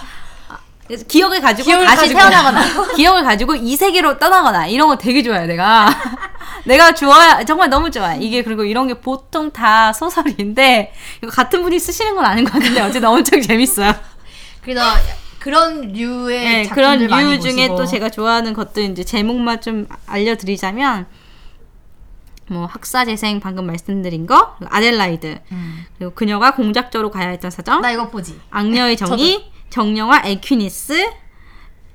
[SPEAKER 3] 아, 그래서 기억을 가지고
[SPEAKER 1] 기억을
[SPEAKER 3] 다시
[SPEAKER 1] 가지고.
[SPEAKER 3] 태어나거나 기억을 가지고 이 세계로 떠나거나 이런 거 되게 좋아해 내가 내가 좋아 정말 너무 좋아해 이게 그리고 이런 게 보통 다 소설인데 이거 같은 분이 쓰시는 건 아닌 것 같은데 어쨌든 엄청 재밌어요.
[SPEAKER 1] 그래서 그런 류의
[SPEAKER 3] 네, 그런
[SPEAKER 1] 작품들 많이
[SPEAKER 3] 이유 중에
[SPEAKER 1] 보시고.
[SPEAKER 3] 또 제가 좋아하는 것들 이제 제목만 좀 알려드리자면 뭐 학사 재생 방금 말씀드린 거 그리고 아델라이드
[SPEAKER 1] 음. 네.
[SPEAKER 3] 그리고 그녀가 공작조로 가야 했던 사정
[SPEAKER 1] 나 이거 보지.
[SPEAKER 3] 악녀의 정의 정령화 에퀴니스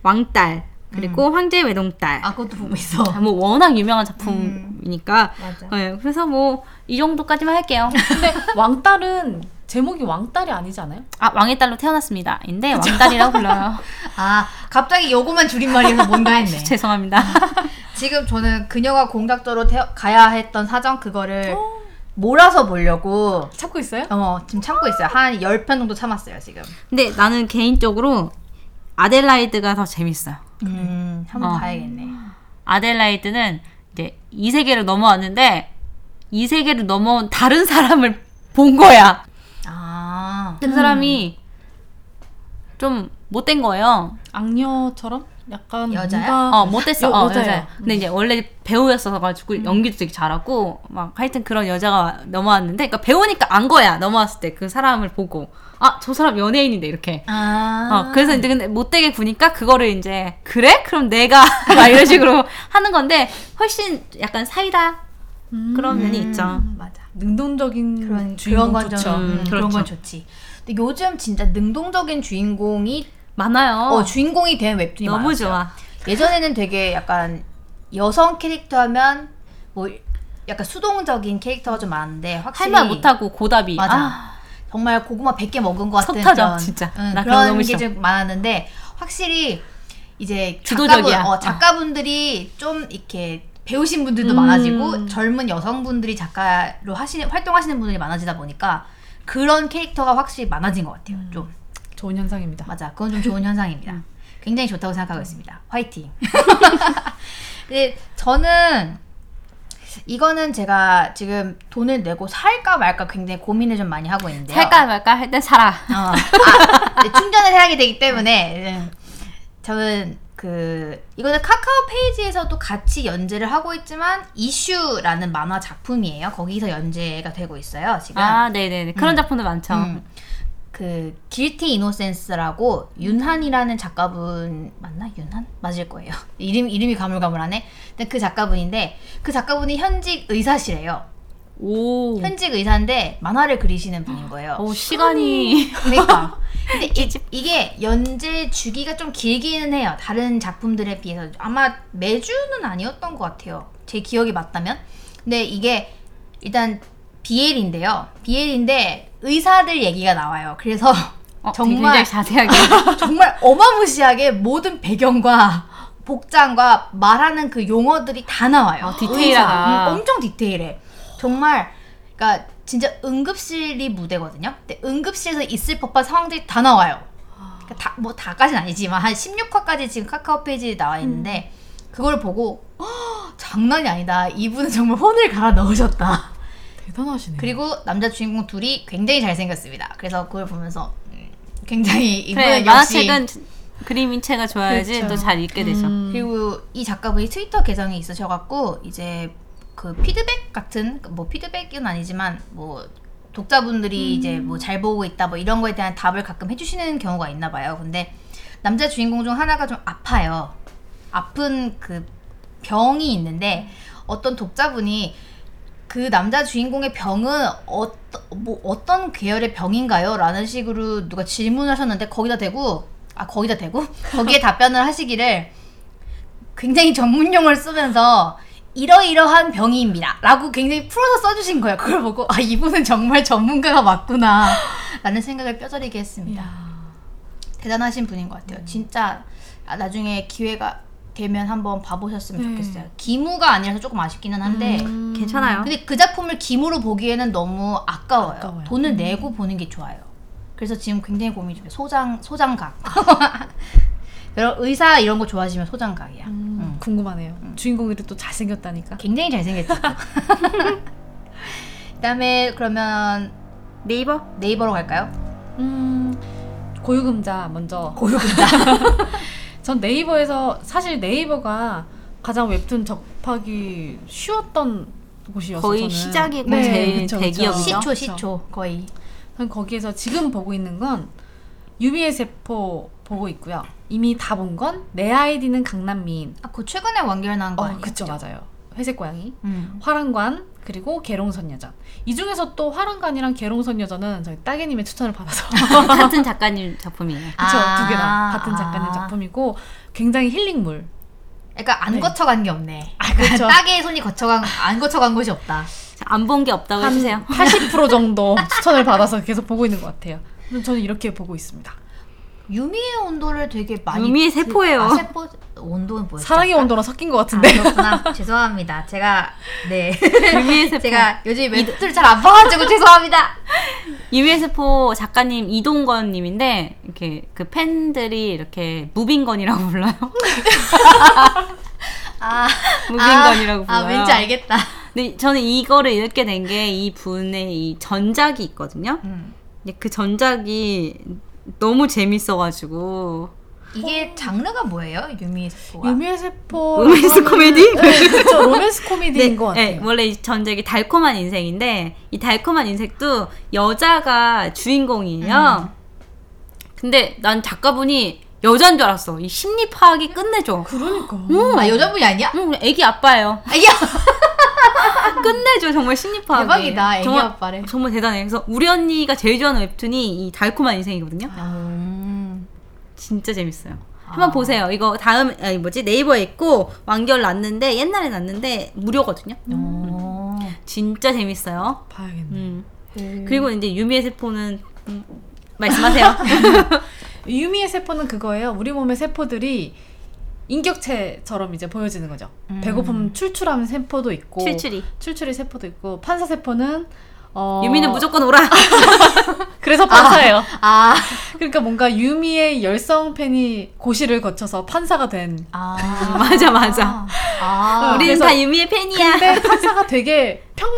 [SPEAKER 3] 왕딸 그리고 황제의 외동딸
[SPEAKER 1] 아 그것도 보고 있어.
[SPEAKER 3] 아, 뭐 워낙 유명한 작품이니까
[SPEAKER 1] 음. 맞아.
[SPEAKER 3] 네, 그래서 뭐 이 정도까지만 할게요
[SPEAKER 2] 근데 왕딸은 제목이 왕딸이 아니지 않아요?
[SPEAKER 3] 아 왕의 딸로 태어났습니다 인데 왕딸이라고 불러요
[SPEAKER 1] 아 갑자기 요거만 줄임말이면 뭔가 했네.
[SPEAKER 3] 죄송합니다
[SPEAKER 1] 지금 저는 그녀가 공작조로 태어, 가야 했던 사정 그거를
[SPEAKER 3] 어.
[SPEAKER 1] 몰아서 보려고
[SPEAKER 2] 찾고 있어요?
[SPEAKER 1] 어 지금 참고 있어요. 한 10편 정도 참았어요 지금.
[SPEAKER 3] 근데 나는 개인적으로 아델라이드가 더 재밌어요.
[SPEAKER 1] 음 한번
[SPEAKER 3] 어.
[SPEAKER 1] 봐야겠네.
[SPEAKER 3] 아델라이드는 이제 이 세계로 넘어왔는데 이 세계로 넘어온 다른 사람을 본 거야.
[SPEAKER 1] 아
[SPEAKER 2] 음.
[SPEAKER 3] 그 사람이 좀 못된 거예요.
[SPEAKER 2] 악녀처럼 약간
[SPEAKER 1] 여자야?
[SPEAKER 2] 뭔가
[SPEAKER 3] 어, 못됐어.
[SPEAKER 2] 여-
[SPEAKER 3] 어,
[SPEAKER 2] 아, 여자예요. 음.
[SPEAKER 3] 여자야. 근데 이제 원래 배우였어서 가지고 연기도 되게 잘하고 막 하여튼 그런 여자가 넘어왔는데 그러니까 배우니까 안 거야. 넘어왔을 때 그 사람을 보고 아, 저 사람 연예인인데 이렇게.
[SPEAKER 1] 아.
[SPEAKER 3] 어, 그래서 이제 근데 못되게 구니까 그거를 이제 그래? 그럼 내가 막 이런 식으로 하는 건데 훨씬 약간 사이다
[SPEAKER 2] 음,
[SPEAKER 3] 그런 면이 있죠.
[SPEAKER 1] 음, 맞아.
[SPEAKER 2] 능동적인
[SPEAKER 1] 그런 그런
[SPEAKER 2] 주인공
[SPEAKER 1] 건
[SPEAKER 2] 좋죠.
[SPEAKER 1] 좀, 음,
[SPEAKER 3] 음,
[SPEAKER 1] 그런 건
[SPEAKER 3] 그렇죠.
[SPEAKER 1] 좋지. 근데 요즘 진짜 능동적인 주인공이
[SPEAKER 3] 많아요.
[SPEAKER 1] 어, 주인공이 된 웹툰이
[SPEAKER 3] 너무
[SPEAKER 1] 많았어요.
[SPEAKER 3] 좋아.
[SPEAKER 1] 예전에는 되게 약간 여성 캐릭터 하면 뭐 약간 수동적인 캐릭터가 좀 많은데
[SPEAKER 3] 할
[SPEAKER 1] 확실히
[SPEAKER 3] 말 못하고 고답이.
[SPEAKER 1] 맞아.
[SPEAKER 3] 아,
[SPEAKER 1] 정말 고구마 100개 먹은 것 같은
[SPEAKER 3] 속 터져,
[SPEAKER 1] 그런,
[SPEAKER 3] 진짜.
[SPEAKER 1] 응,
[SPEAKER 3] 나 그런 거
[SPEAKER 1] 그런
[SPEAKER 3] 너무
[SPEAKER 1] 게
[SPEAKER 3] 싫어.
[SPEAKER 1] 좀 많았는데 확실히 이제
[SPEAKER 3] 주도적이야.
[SPEAKER 1] 작가분, 어,
[SPEAKER 3] 어.
[SPEAKER 1] 작가분들이 좀 이렇게 배우신 분들도
[SPEAKER 2] 음.
[SPEAKER 1] 많아지고 젊은 여성분들이 작가로 하시는 활동하시는 분들이 많아지다 보니까 그런 캐릭터가 확실히 많아진 것
[SPEAKER 3] 음.
[SPEAKER 1] 같아요. 좀
[SPEAKER 2] 좋은 현상입니다.
[SPEAKER 1] 맞아. 그건 좀 좋은 현상입니다. 굉장히 좋다고 생각하고
[SPEAKER 3] 음.
[SPEAKER 1] 있습니다. 화이팅. 근데 저는 이거는 제가 지금 돈을 내고 살까 말까 굉장히 고민을 좀 많이 하고 있는데요.
[SPEAKER 3] 살까 말까 할 때 살아.
[SPEAKER 1] 어. 아, 네, 충전을 해야 되기 때문에 음, 저는 그 이거는 카카오 페이지에서도 같이 연재를 하고 있지만 이슈라는 만화 작품이에요. 거기서 연재가 되고 있어요. 지금.
[SPEAKER 3] 아, 네네네. 그런 작품도 많죠.
[SPEAKER 1] 음. 그 길티 이노센스라고 윤한이라는 작가분 맞나 윤한 맞을 거예요 이름 이름이 가물가물하네 근데 그 작가분인데 그 작가분이 현직 의사시래요
[SPEAKER 3] 오.
[SPEAKER 1] 현직 의사인데 만화를 그리시는 분인 거예요
[SPEAKER 3] 오, 시간이.
[SPEAKER 1] 그러니까 근데 이, 이게 연재 주기가 좀 길기는 해요 다른 작품들에 비해서 아마 매주는 아니었던 것 같아요 제 기억이 맞다면 근데 이게 일단 BL인데요 BL인데 의사들 얘기가 나와요 그래서
[SPEAKER 3] 어,
[SPEAKER 1] 정말.
[SPEAKER 3] 정말. 굉장히 자세하게.
[SPEAKER 1] 정말 어마무시하게 모든 배경과 복장과 말하는 그 용어들이 다 나와요.
[SPEAKER 3] 아, 디테일하다.
[SPEAKER 1] 의사. 음, 엄청 디테일해. 정말 그러니까 진짜 응급실이 무대거든요. 근데 응급실에서 있을 법한 상황들이 다 나와요. 그러니까 다, 뭐 다까진 아니지만 한 16화까지 지금 카카오 페이지에 나와 있는데
[SPEAKER 3] 음.
[SPEAKER 1] 그걸 보고 "허, 장난이 아니다. 이분은 정말 혼을 갈아 넣으셨다.
[SPEAKER 2] 대단하시네요.
[SPEAKER 1] 그리고 남자 주인공 둘이 굉장히 잘생겼습니다. 그래서 그걸 보면서 음, 굉장히 이분은
[SPEAKER 3] 그래,
[SPEAKER 1] 역시
[SPEAKER 3] 만화책은 그림인체가 좋아야지
[SPEAKER 2] 그렇죠.
[SPEAKER 3] 또 잘 읽게 되죠.
[SPEAKER 2] 음.
[SPEAKER 1] 그리고 이 작가분이 트위터 계정이 있으셔갖고 이제 그 피드백 같은 뭐 피드백은 아니지만 뭐 독자분들이 이제 뭐 잘 보고 있다 뭐 이런 거에 대한 답을 가끔 해주시는 경우가 있나 봐요. 근데 남자 주인공 중 하나가 좀 아파요. 아픈 그 병이 있는데 어떤 독자분이 그 남자 주인공의 병은 어떠, 뭐 어떤 계열의 병인가요? 라는 식으로 누가 질문하셨는데 거기다 대고 아 거기다 대고 거기에 답변을 하시기를 굉장히 전문 용어를 쓰면서 이러이러한 병이입니다. 라고 굉장히 풀어서 써주신 거예요. 그걸 보고 아 이분은 정말 전문가가 맞구나 라는 생각을 뼈저리게 했습니다.
[SPEAKER 2] 야.
[SPEAKER 1] 대단하신 분인 것 같아요. 진짜 아, 나중에 기회가 되면 한번 봐보셨으면
[SPEAKER 2] 네.
[SPEAKER 1] 좋겠어요. 기무가 아니라서 조금 아쉽기는 한데
[SPEAKER 2] 음.
[SPEAKER 3] 괜찮아요.
[SPEAKER 1] 근데 그 작품을 기무로 보기에는 너무 아까워요. 음.
[SPEAKER 2] 아까워요.
[SPEAKER 1] 돈을 내고 보는 게 좋아요. 그래서 지금 굉장히 고민 중이에요. 소장 소장각. 여러 의사 이런 거 좋아하시면 소장각이야.
[SPEAKER 2] 음,
[SPEAKER 1] 음.
[SPEAKER 2] 궁금하네요. 주인공들이 또 잘생겼다니까.
[SPEAKER 1] 굉장히 잘생겼죠. 그다음에 그러면
[SPEAKER 3] 네이버?
[SPEAKER 1] 네이버로 갈까요?
[SPEAKER 2] 음, 고유금자 먼저.
[SPEAKER 1] 고유금자.
[SPEAKER 2] 전 네이버에서 사실 네이버가 가장 웹툰 접하기 쉬웠던 곳이었어요.
[SPEAKER 3] 거의
[SPEAKER 2] 저는.
[SPEAKER 3] 시작이고
[SPEAKER 2] 네,
[SPEAKER 3] 제일
[SPEAKER 2] 그쵸, 그쵸.
[SPEAKER 3] 대기업이죠.
[SPEAKER 1] 시초 시초 거의.
[SPEAKER 2] 전 거기에서 지금 보고 있는 건 유미의 세포 보고 있고요. 이미 다 본 건 내 아이디는 강남 미인.
[SPEAKER 1] 아, 그 최근에 완결난 거
[SPEAKER 2] 어,
[SPEAKER 1] 아니에요?
[SPEAKER 2] 그쵸 맞아요. 회색 고양이.
[SPEAKER 1] 음.
[SPEAKER 2] 화랑관 그리고 계룡선여전 이 중에서 또 화랑관이랑 계룡선여전은 저희 따개님의 추천을 받아서
[SPEAKER 3] 같은 작가님 작품이에요.
[SPEAKER 2] 그쵸
[SPEAKER 1] 아,
[SPEAKER 2] 두 개 다 같은 작가님
[SPEAKER 1] 아.
[SPEAKER 2] 작품이고 굉장히 힐링물
[SPEAKER 1] 그러니까 안
[SPEAKER 2] 네.
[SPEAKER 1] 거쳐간 게 없네.
[SPEAKER 2] 아 그렇죠
[SPEAKER 1] 따개의 손이 거쳐간 안 거쳐간 곳이 없다.
[SPEAKER 3] 안 본 게 없다고 해주세요.
[SPEAKER 2] 한80% 정도 추천을 받아서 계속 보고 있는 것 같아요 그럼 저는 이렇게 보고 있습니다
[SPEAKER 3] 뭐
[SPEAKER 1] 유미의 온도를 되게 많이
[SPEAKER 3] 유미의 세포예요.
[SPEAKER 1] 아, 세포 온도는 뭐였죠?
[SPEAKER 2] 사랑의 온도랑 섞인 것
[SPEAKER 1] 아,
[SPEAKER 2] 같은데
[SPEAKER 1] 그렇구나. 죄송합니다. 제가 네
[SPEAKER 3] 유미의 세포.
[SPEAKER 1] 제가 요즘 웹툰을 잘 안 봐가지고 죄송합니다.
[SPEAKER 3] 유미의 세포 작가님 이동건님인데 이렇게 그 팬들이 이렇게 무빙건이라고 불러요.
[SPEAKER 1] 아
[SPEAKER 3] 무빙건이라고
[SPEAKER 1] 아,
[SPEAKER 3] 불러요.
[SPEAKER 1] 아 왠지 알겠다.
[SPEAKER 3] 근데 저는 이거를 읽게 된 게 이 분의 이 전작이 있거든요.
[SPEAKER 1] 음.
[SPEAKER 3] 근데 그 전작이 너무 재밌어가지고
[SPEAKER 1] 이게 장르가 뭐예요? 유미의 세포가?
[SPEAKER 2] 유미의 세포 네,
[SPEAKER 3] 로맨스 코미디?
[SPEAKER 2] 그쵸 로맨스 코미디인 것 같아요
[SPEAKER 3] 네, 원래 이 전작이 달콤한 인생인데 이 달콤한 인생도 여자가
[SPEAKER 2] 음.
[SPEAKER 3] 주인공이에요. 근데 난 작가분이 여자인 줄 알았어. 이 심리 파악이 끝내줘.
[SPEAKER 2] 그러니까
[SPEAKER 1] 아 여자분이 아니야?
[SPEAKER 3] 응, 애기 아빠예요.
[SPEAKER 1] 아야
[SPEAKER 3] 끝내줘 정말 심리 파악.
[SPEAKER 1] 대박이다. 애기
[SPEAKER 3] 정말,
[SPEAKER 1] 아빠래.
[SPEAKER 3] 정말 대단해. 그래서 우리 언니가 제일 좋아하는 웹툰이 이 달콤한 인생이거든요.
[SPEAKER 1] 음.
[SPEAKER 3] 진짜 재밌어요.
[SPEAKER 1] 아.
[SPEAKER 3] 한번 보세요. 이거 다음 아니 뭐지 네이버에 있고 완결 났는데 옛날에 났는데 무료거든요.
[SPEAKER 1] 오.
[SPEAKER 3] 진짜 재밌어요.
[SPEAKER 2] 봐야겠네
[SPEAKER 3] 음. 그리고 이제 유미의 세포는 음, 말씀하세요.
[SPEAKER 2] 유미의 세포는 그거예요. 우리 몸의 세포들이 인격체처럼 이제 보여지는 거죠.
[SPEAKER 1] 음.
[SPEAKER 2] 배고픔 출출하는 세포도 있고
[SPEAKER 3] 출출이.
[SPEAKER 2] 출출이 세포도 있고 판사 세포는 어...
[SPEAKER 3] 유미는 무조건 오라.
[SPEAKER 2] 그래서 판사예요.
[SPEAKER 1] 아.
[SPEAKER 2] 그러니까 뭔가 유미의 열성 팬이 고시를 거쳐서 판사가 된.
[SPEAKER 1] 아.
[SPEAKER 3] 맞아 맞아.
[SPEAKER 1] 아.
[SPEAKER 3] 우리는
[SPEAKER 2] 그래서-
[SPEAKER 3] 다 유미의 팬이야.
[SPEAKER 2] 근데 판사가 되게 평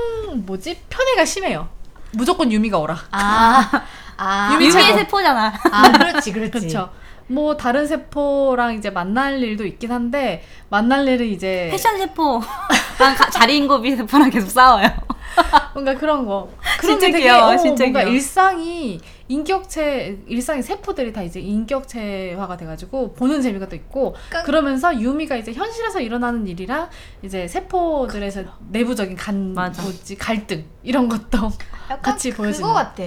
[SPEAKER 2] 뭐지 편애가 심해요. 무조건 유미가 오라.
[SPEAKER 1] 아. 아.
[SPEAKER 2] 유미
[SPEAKER 3] 유미의
[SPEAKER 2] 최고. 네.
[SPEAKER 3] 세포잖아.
[SPEAKER 1] 아, 그렇지, 그렇지.
[SPEAKER 2] 그렇죠. 뭐 다른 세포랑 이제 만날 일도 있긴 한데 만날 일은 이제
[SPEAKER 3] 패션 세포. 난 가- 자리인고비 세포랑 계속 싸워요.
[SPEAKER 2] 뭔가 그런 거. 그런
[SPEAKER 3] 진짜
[SPEAKER 2] 게 되게
[SPEAKER 3] 귀여워,
[SPEAKER 2] 어,
[SPEAKER 3] 진짜
[SPEAKER 2] 뭔가
[SPEAKER 3] 귀여워.
[SPEAKER 2] 일상이 인격체 일상의 세포들이 다 이제 인격체화가 돼가지고 보는 재미가 또 있고
[SPEAKER 1] 깡.
[SPEAKER 2] 그러면서 유미가 이제 현실에서 일어나는 일이랑 이제 세포들에서 내부적인 간
[SPEAKER 3] 맞아.
[SPEAKER 2] 뭐지 갈등 이런 것도
[SPEAKER 1] 약간
[SPEAKER 2] 같이 보여지는.
[SPEAKER 1] 그거 같아.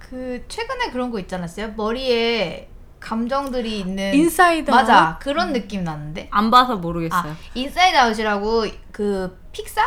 [SPEAKER 1] 그 최근에 그런 거 있지 않았어요? 머리에 감정들이
[SPEAKER 2] 네.
[SPEAKER 1] 있는
[SPEAKER 2] 인사이드
[SPEAKER 1] 맞아 그런
[SPEAKER 3] 음.
[SPEAKER 1] 느낌 나는데.
[SPEAKER 3] 안 봐서 모르겠어요.
[SPEAKER 1] 인사이드 아웃이라고 그 픽사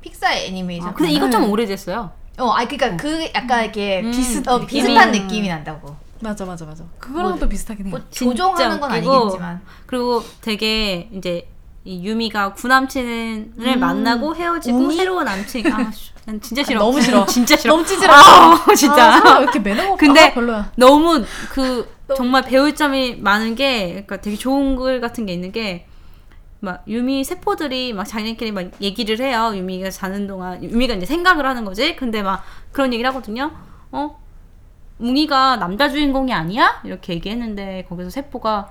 [SPEAKER 1] 픽사 애니메이션.
[SPEAKER 3] 아, 근데 이거 좀
[SPEAKER 2] 음.
[SPEAKER 3] 오래됐어요.
[SPEAKER 1] 어, 아 그러니까 그 약간 이렇게
[SPEAKER 3] 음.
[SPEAKER 1] 비슷 어,
[SPEAKER 2] 느낌.
[SPEAKER 1] 비슷한
[SPEAKER 3] 음.
[SPEAKER 1] 느낌이 난다고.
[SPEAKER 2] 맞아 맞아 맞아 그거랑 또 비슷하긴 해요.
[SPEAKER 1] 뭐
[SPEAKER 3] 진짜
[SPEAKER 1] 조종하는 건
[SPEAKER 3] 웃기고.
[SPEAKER 1] 아니겠지만.
[SPEAKER 3] 그리고 되게 이제 이 유미가 구남친을
[SPEAKER 2] 음.
[SPEAKER 3] 만나고 헤어지고
[SPEAKER 2] 우미?
[SPEAKER 3] 새로운 남친. 아, 씨, 난 진짜 싫어.
[SPEAKER 2] 아, 너무 싫어.
[SPEAKER 3] 진짜 싫어.
[SPEAKER 2] 넘치질 않아.
[SPEAKER 3] 아,
[SPEAKER 2] 아,
[SPEAKER 3] 진짜.
[SPEAKER 2] 사람 왜 이렇게 매너 없
[SPEAKER 3] 근데-
[SPEAKER 2] 아, 별로야.
[SPEAKER 3] 너무 그
[SPEAKER 1] 너무
[SPEAKER 3] 정말 배울 점이 많은 게 그러니까 되게 좋은 글 같은 게 있는 게 막 유미 세포들이 막 자기네끼리 막 얘기를 해요. 유미가 자는 동안 유미가 이제 생각을 하는 거지. 근데 막 그런 얘기를 하거든요. 어? 웅이가 남자 주인공이 아니야? 이렇게 얘기했는데 거기서 세포가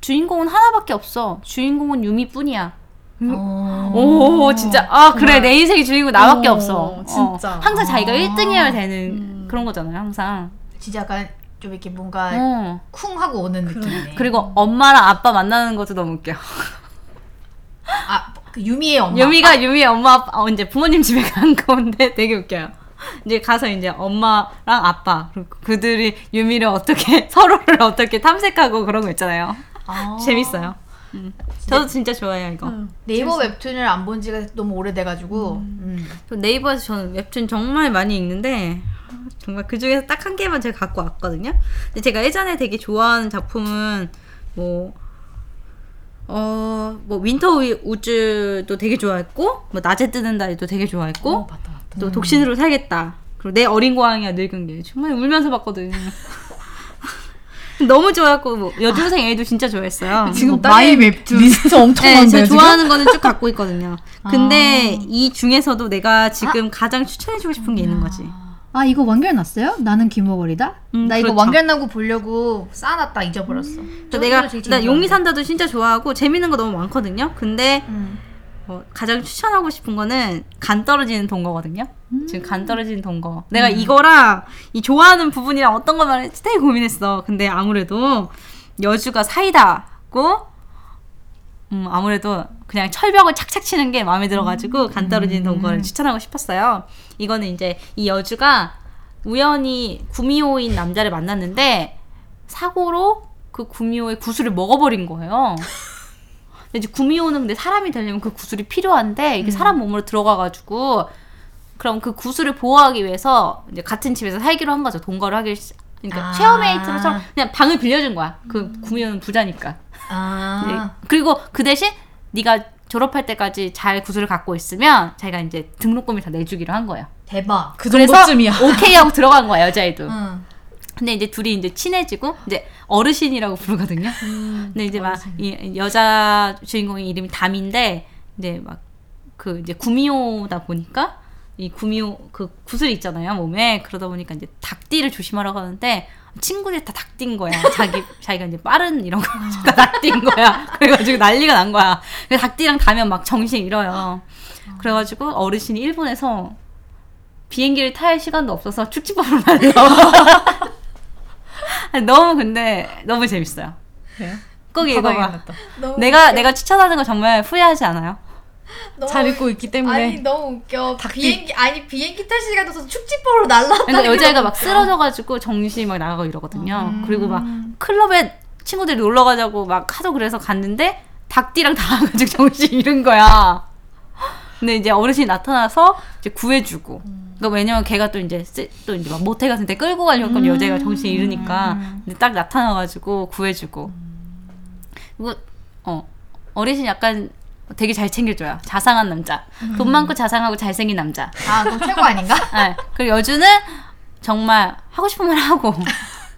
[SPEAKER 3] 주인공은 하나밖에 없어. 주인공은 유미뿐이야. 오, 진짜 아 그래
[SPEAKER 2] 어. 정말.
[SPEAKER 3] 내 인생의 주인공 나밖에
[SPEAKER 2] 어,
[SPEAKER 3] 없어.
[SPEAKER 2] 진짜.
[SPEAKER 3] 어, 항상 자기가
[SPEAKER 1] 아.
[SPEAKER 3] 1등이어야 되는
[SPEAKER 2] 음.
[SPEAKER 3] 그런 거잖아요. 항상.
[SPEAKER 1] 진짜 약간 좀 이렇게 뭔가
[SPEAKER 3] 어.
[SPEAKER 1] 쿵 하고 오는 느낌이네.
[SPEAKER 3] 그리고 엄마랑 아빠 만나는 것도 너무 웃겨.
[SPEAKER 1] 아 그 유미의 엄마.
[SPEAKER 3] 유미가 유미 엄마 아빠 어, 이제 부모님 집에 간 건데 되게 웃겨요. 이제 가서 이제 엄마랑 아빠 그리고 그들이 유미를 어떻게 서로를 어떻게 탐색하고 그런 거 있잖아요.
[SPEAKER 2] 아.
[SPEAKER 3] 재밌어요. 음. 저도 진짜 좋아해요 이거.
[SPEAKER 2] 응.
[SPEAKER 1] 네이버 웹툰을 안 본 지가 너무 오래돼가지고. 음.
[SPEAKER 3] 또 네이버에서 저는 웹툰 정말 많이 읽는데 정말 그 중에서 딱 한 개만 제가 갖고 왔거든요. 근데 제가 예전에 되게 좋아하는 작품은 뭐 어, 뭐 윈터 우- 우주도 되게 좋아했고 뭐 낮에 뜨는 달도 되게 좋아했고
[SPEAKER 2] 어, 봤다 봤다.
[SPEAKER 3] 또 독신으로 살겠다. 그리고 내 어린 고양이와 늙은 게 정말 울면서 봤거든요. 너무 좋아했고 뭐 여중생 애도 진짜 좋아했어요.
[SPEAKER 1] 뭐
[SPEAKER 2] 지금
[SPEAKER 1] 마이
[SPEAKER 2] 마이
[SPEAKER 1] 웹툰.
[SPEAKER 2] 리스트 엄청
[SPEAKER 3] 네,
[SPEAKER 2] 많은데요
[SPEAKER 3] 제가
[SPEAKER 2] 지금? 아.
[SPEAKER 3] 좋아하는 거는 쭉 갖고 있거든요. 근데 이 중에서도 내가 지금 가장 추천해주고 싶은 게 있는 거지.
[SPEAKER 1] 아 이거 완결났어요? 나는 김어걸이다.
[SPEAKER 3] 음,
[SPEAKER 1] 나 이거
[SPEAKER 3] 그렇죠.
[SPEAKER 1] 완결나고 보려고 쌓아놨다 잊어버렸어.
[SPEAKER 3] 그러니까 내가 나 용이 산다도 진짜 좋아하고 재밌는 거 너무 많거든요. 근데
[SPEAKER 1] 음.
[SPEAKER 3] 어, 가장 추천하고 싶은 거는 간 떨어지는 동거거든요.
[SPEAKER 2] 음.
[SPEAKER 3] 지금 간 떨어지는 동거. 내가 이거랑 이 좋아하는 부분이랑 어떤 거 말할지 되게 고민했어. 근데 아무래도 여주가 사이다고 음, 아무래도 그냥 철벽을 착착 치는 게 마음에 들어가지고 간 떨어지는 동거를 추천하고 싶었어요. 이거는 이제 이 여주가 우연히 구미호인 남자를 만났는데 사고로 그 구미호의 구슬을 먹어버린 거예요. 근데 이제 구미호는 근데 사람이 되려면 그 구슬이 필요한데 이게 사람 몸으로 들어가가지고 그럼 그 구슬을 보호하기 위해서 이제 같은 집에서 살기로 한 거죠. 동거를 하기 시- 그러니까
[SPEAKER 1] 아.
[SPEAKER 3] 체어메이트로처럼 그냥 방을 빌려준 거야. 그 구미호는 부자니까.
[SPEAKER 1] 아.
[SPEAKER 3] 네. 그리고 그 대신 네가 졸업할 때까지 잘 구슬을 갖고 있으면 자기가 이제 등록금을 다 내주기로 한 거예요.
[SPEAKER 1] 대박.
[SPEAKER 2] 그 정도쯤이야
[SPEAKER 3] 오케이 하고 들어간 거야 여자애도.
[SPEAKER 1] 응.
[SPEAKER 3] 근데 이제 둘이 이제 친해지고 이제 어르신이라고 부르거든요. 근데 이제 막 이 여자 주인공의 이름이 담인데 이제 막 그 이제 구미호다 보니까 이 구미호 그 구슬 있잖아요 몸에 그러다 보니까 이제 닭띠를 조심하라고 하는데 친구들이 다 닭띠인 거야 자기 자기가 이제 빠른 이런 거다 닭띠인 거야 그래가지고 난리가 난 거야 그래서 닭띠랑 가면 막 정신 잃어요 그래가지고 어르신이 일본에서 비행기를 탈 시간도 없어서 축지법을 말려 아니, 너무 근데 너무 재밌어요
[SPEAKER 2] 그래요?
[SPEAKER 3] 꼭 읽어봐
[SPEAKER 2] 봐봐야겠다.
[SPEAKER 1] 너무
[SPEAKER 3] 내가 내가 추천하는 거 정말 후회하지 않아요.
[SPEAKER 1] 너무
[SPEAKER 2] 잘 읽고 있기 때문에
[SPEAKER 1] 아니 너무 웃겨. 비행기 아니 비행기 탈 시간 돼서 축지법으로 날라.
[SPEAKER 3] 그러니까 여자애가 막 쓰러져가지고 정신이 막 나가고 이러거든요. 음. 그리고 막
[SPEAKER 2] 음.
[SPEAKER 3] 클럽에 친구들이 놀러 가자고 막 하도 그래서 갔는데 닭띠랑 다 와가지고 정신 잃은 거야. 근데 이제 어르신이 나타나서 이제 구해주고. 그러니까 왜냐면 걔가 또 이제 쓰- 또 이제 막 모텔 같은데 끌고 가려고 하면 여자애가 정신 잃으니까 근데 딱 나타나가지고 구해주고. 그리고 어 어르신 약간 되게 잘 챙겨줘요. 자상한 남자. 돈 많고 자상하고 잘생긴 남자.
[SPEAKER 1] 아 그럼 최고 아닌가?
[SPEAKER 3] 네. 그리고 여주는 정말 하고 싶은 말 하고